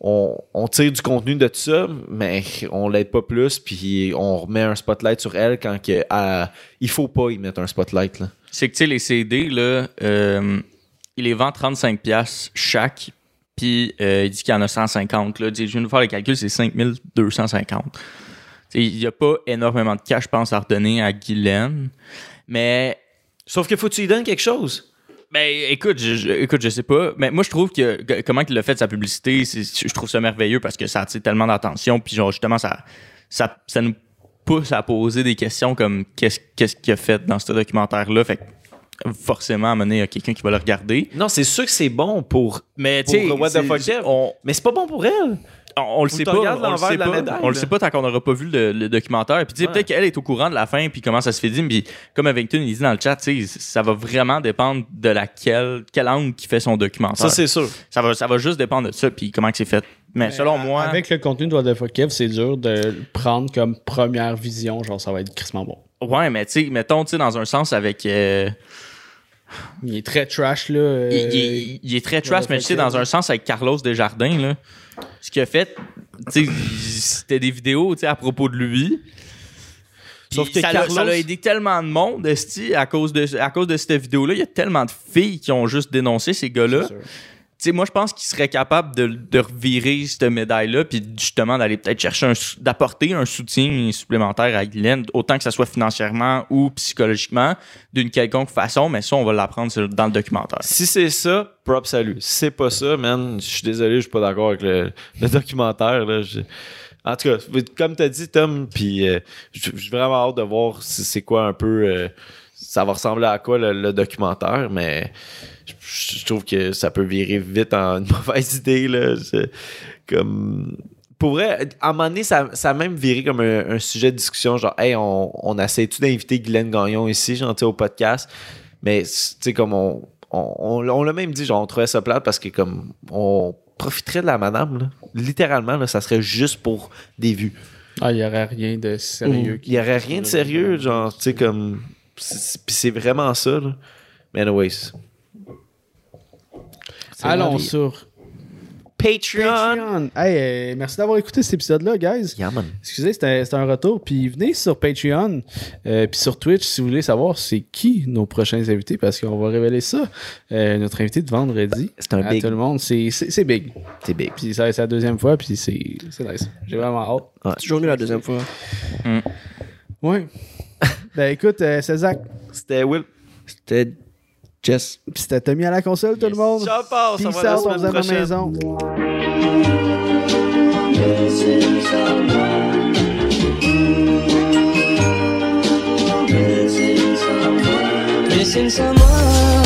A: on, on tire du contenu de tout ça, mais on l'aide pas plus, puis on remet un spotlight sur elle quand que, à- il faut pas y mettre un spotlight. Là.
C: c'est que tu sais, les CD, là, euh, il les vend 35$ piastres chaque, puis euh, il dit qu'il y en a 150. Là. Tu sais, Je viens de faire le calcul, c'est 5250. Tu sais, Il n'y a pas énormément de cash, je pense, à redonner à Guylaine. Mais
A: Sauf qu'il faut que tu lui donnes quelque chose.
C: ben, écoute, je, je- écoute, je sais pas. Mais moi, je trouve que, que- comment il a fait sa publicité, c'est- je trouve ça merveilleux parce que ça attire tellement d'attention. Puis, genre, justement, ça, ça, ça nous pousse à poser des questions comme qu'est-ce qu'est-ce qu'il a fait dans ce documentaire-là. Fait que, forcément, à un moment donné, il y a quelqu'un qui va le regarder.
A: Non, c'est sûr que c'est bon pour.
C: Mais, tu
A: Pour
C: sais,
A: What the
C: c'est-
A: fuck, Kev?
C: on,
A: Mais c'est pas bon pour elle.
C: on, on le
A: Faut
C: sait
A: que
C: pas.
A: tu regardes
C: On le
A: l'envers
C: sait
A: de la
C: pas.
A: médaille,
C: On le
A: là.
C: sait pas tant qu'on n'aura pas vu le, le documentaire. Puis tu sais,
A: Ouais.
C: peut-être qu'elle est au courant de la fin, puis comment ça se fait dire. Puis comme Avington il dit dans le chat, tu sais, ça va vraiment dépendre de laquelle, quel angle qui fait son documentaire.
A: Ça, c'est sûr.
C: ça va, ça va juste dépendre de ça, puis comment que c'est fait. Mais, selon
B: Mais,
C: moi,
B: Euh, Avec le contenu de What the Fuck Kev, c'est dur de prendre comme première vision, genre ça va être crissement bon.
C: ouais, mais tu sais, mettons, tu sais, dans un sens avec. euh,
B: Il est très trash là. euh,
C: il, il- il est très trash,
B: ouais,
C: mais tu sais,
B: fait que-
C: dans un sens avec Carlos Desjardins, là, ce qu'il a fait, tu sais, c'était des vidéos, tu sais, à propos de lui.
A: Sauf
C: Puis
A: que
C: ça l'a-
A: Carlos-
C: ça l'a aidé tellement de monde, esti, à cause de, à cause de cette vidéo-là. Il y a tellement de filles qui ont juste dénoncé ces gars-là.
B: c'est sûr.
C: tu sais, moi, je pense qu'il serait capable de, de revirer cette médaille-là, puis justement d'aller peut-être chercher un, sou- d'apporter un soutien supplémentaire à Guylaine, autant que ça soit financièrement ou psychologiquement, d'une quelconque façon, mais ça, on va l'apprendre sur- dans le documentaire.
A: Si c'est ça, props à lui. Si c'est pas ça, man, je suis désolé, je suis pas d'accord avec le, le documentaire. là. Je- En tout cas, comme t'as dit, Tom, puis euh, j- j'ai vraiment hâte de voir si c'est quoi un peu. euh, ça va ressembler à quoi le, le documentaire, mais je- je trouve que ça peut virer vite en une mauvaise idée. Là. Je- comme. pour- pour vrai, à un moment donné, ça, ça a même viré comme un, un sujet de discussion, genre, hey, on, on essaie-tu d'inviter Glenn Gagnon ici, genre, tu sais, au podcast? Mais, tu sais, comme on, on, on- on l'a même dit, genre, on trouvait ça plate parce que, comme, on profiterait de la madame, là. littéralement, là, ça serait juste pour des vues.
B: Ah, il n'y aurait rien de
C: Mm.
B: sérieux.
A: Il n'y aurait rien de sérieux, genre, tu sais, comme. c'est- c'est- Puis c'est vraiment ça, là. Mais, anyways.
B: Allons sur
A: Patreon!
B: Patreon. Hey, euh, merci d'avoir écouté cet épisode-là, guys.
A: Yeah, man.
B: Excusez, c'était c'était un retour. Puis venez sur Patreon, euh, puis sur Twitch si vous voulez savoir c'est qui nos prochains invités, parce qu'on va révéler ça. Euh, notre invité de vendredi.
A: Ben, C'est un
B: à
A: big.
B: tout le monde, c'est- c'est c'est big.
A: C'est big.
B: Puis ça, c'est la deuxième fois, puis c'est c'est nice. J'ai vraiment hâte.
D: Toujours mieux la deuxième fois.
B: Ouais. ben écoute, euh, c'est Zach.
A: C'était Will.
D: C'était Jess.
B: Puis c'était Tommy à la console, tout le monde.
A: Ciao, passe.
B: Peace
A: On va la
B: out, on
A: semaine
B: vous aime à la
A: prochaine.
B: maison.
E: Missing someone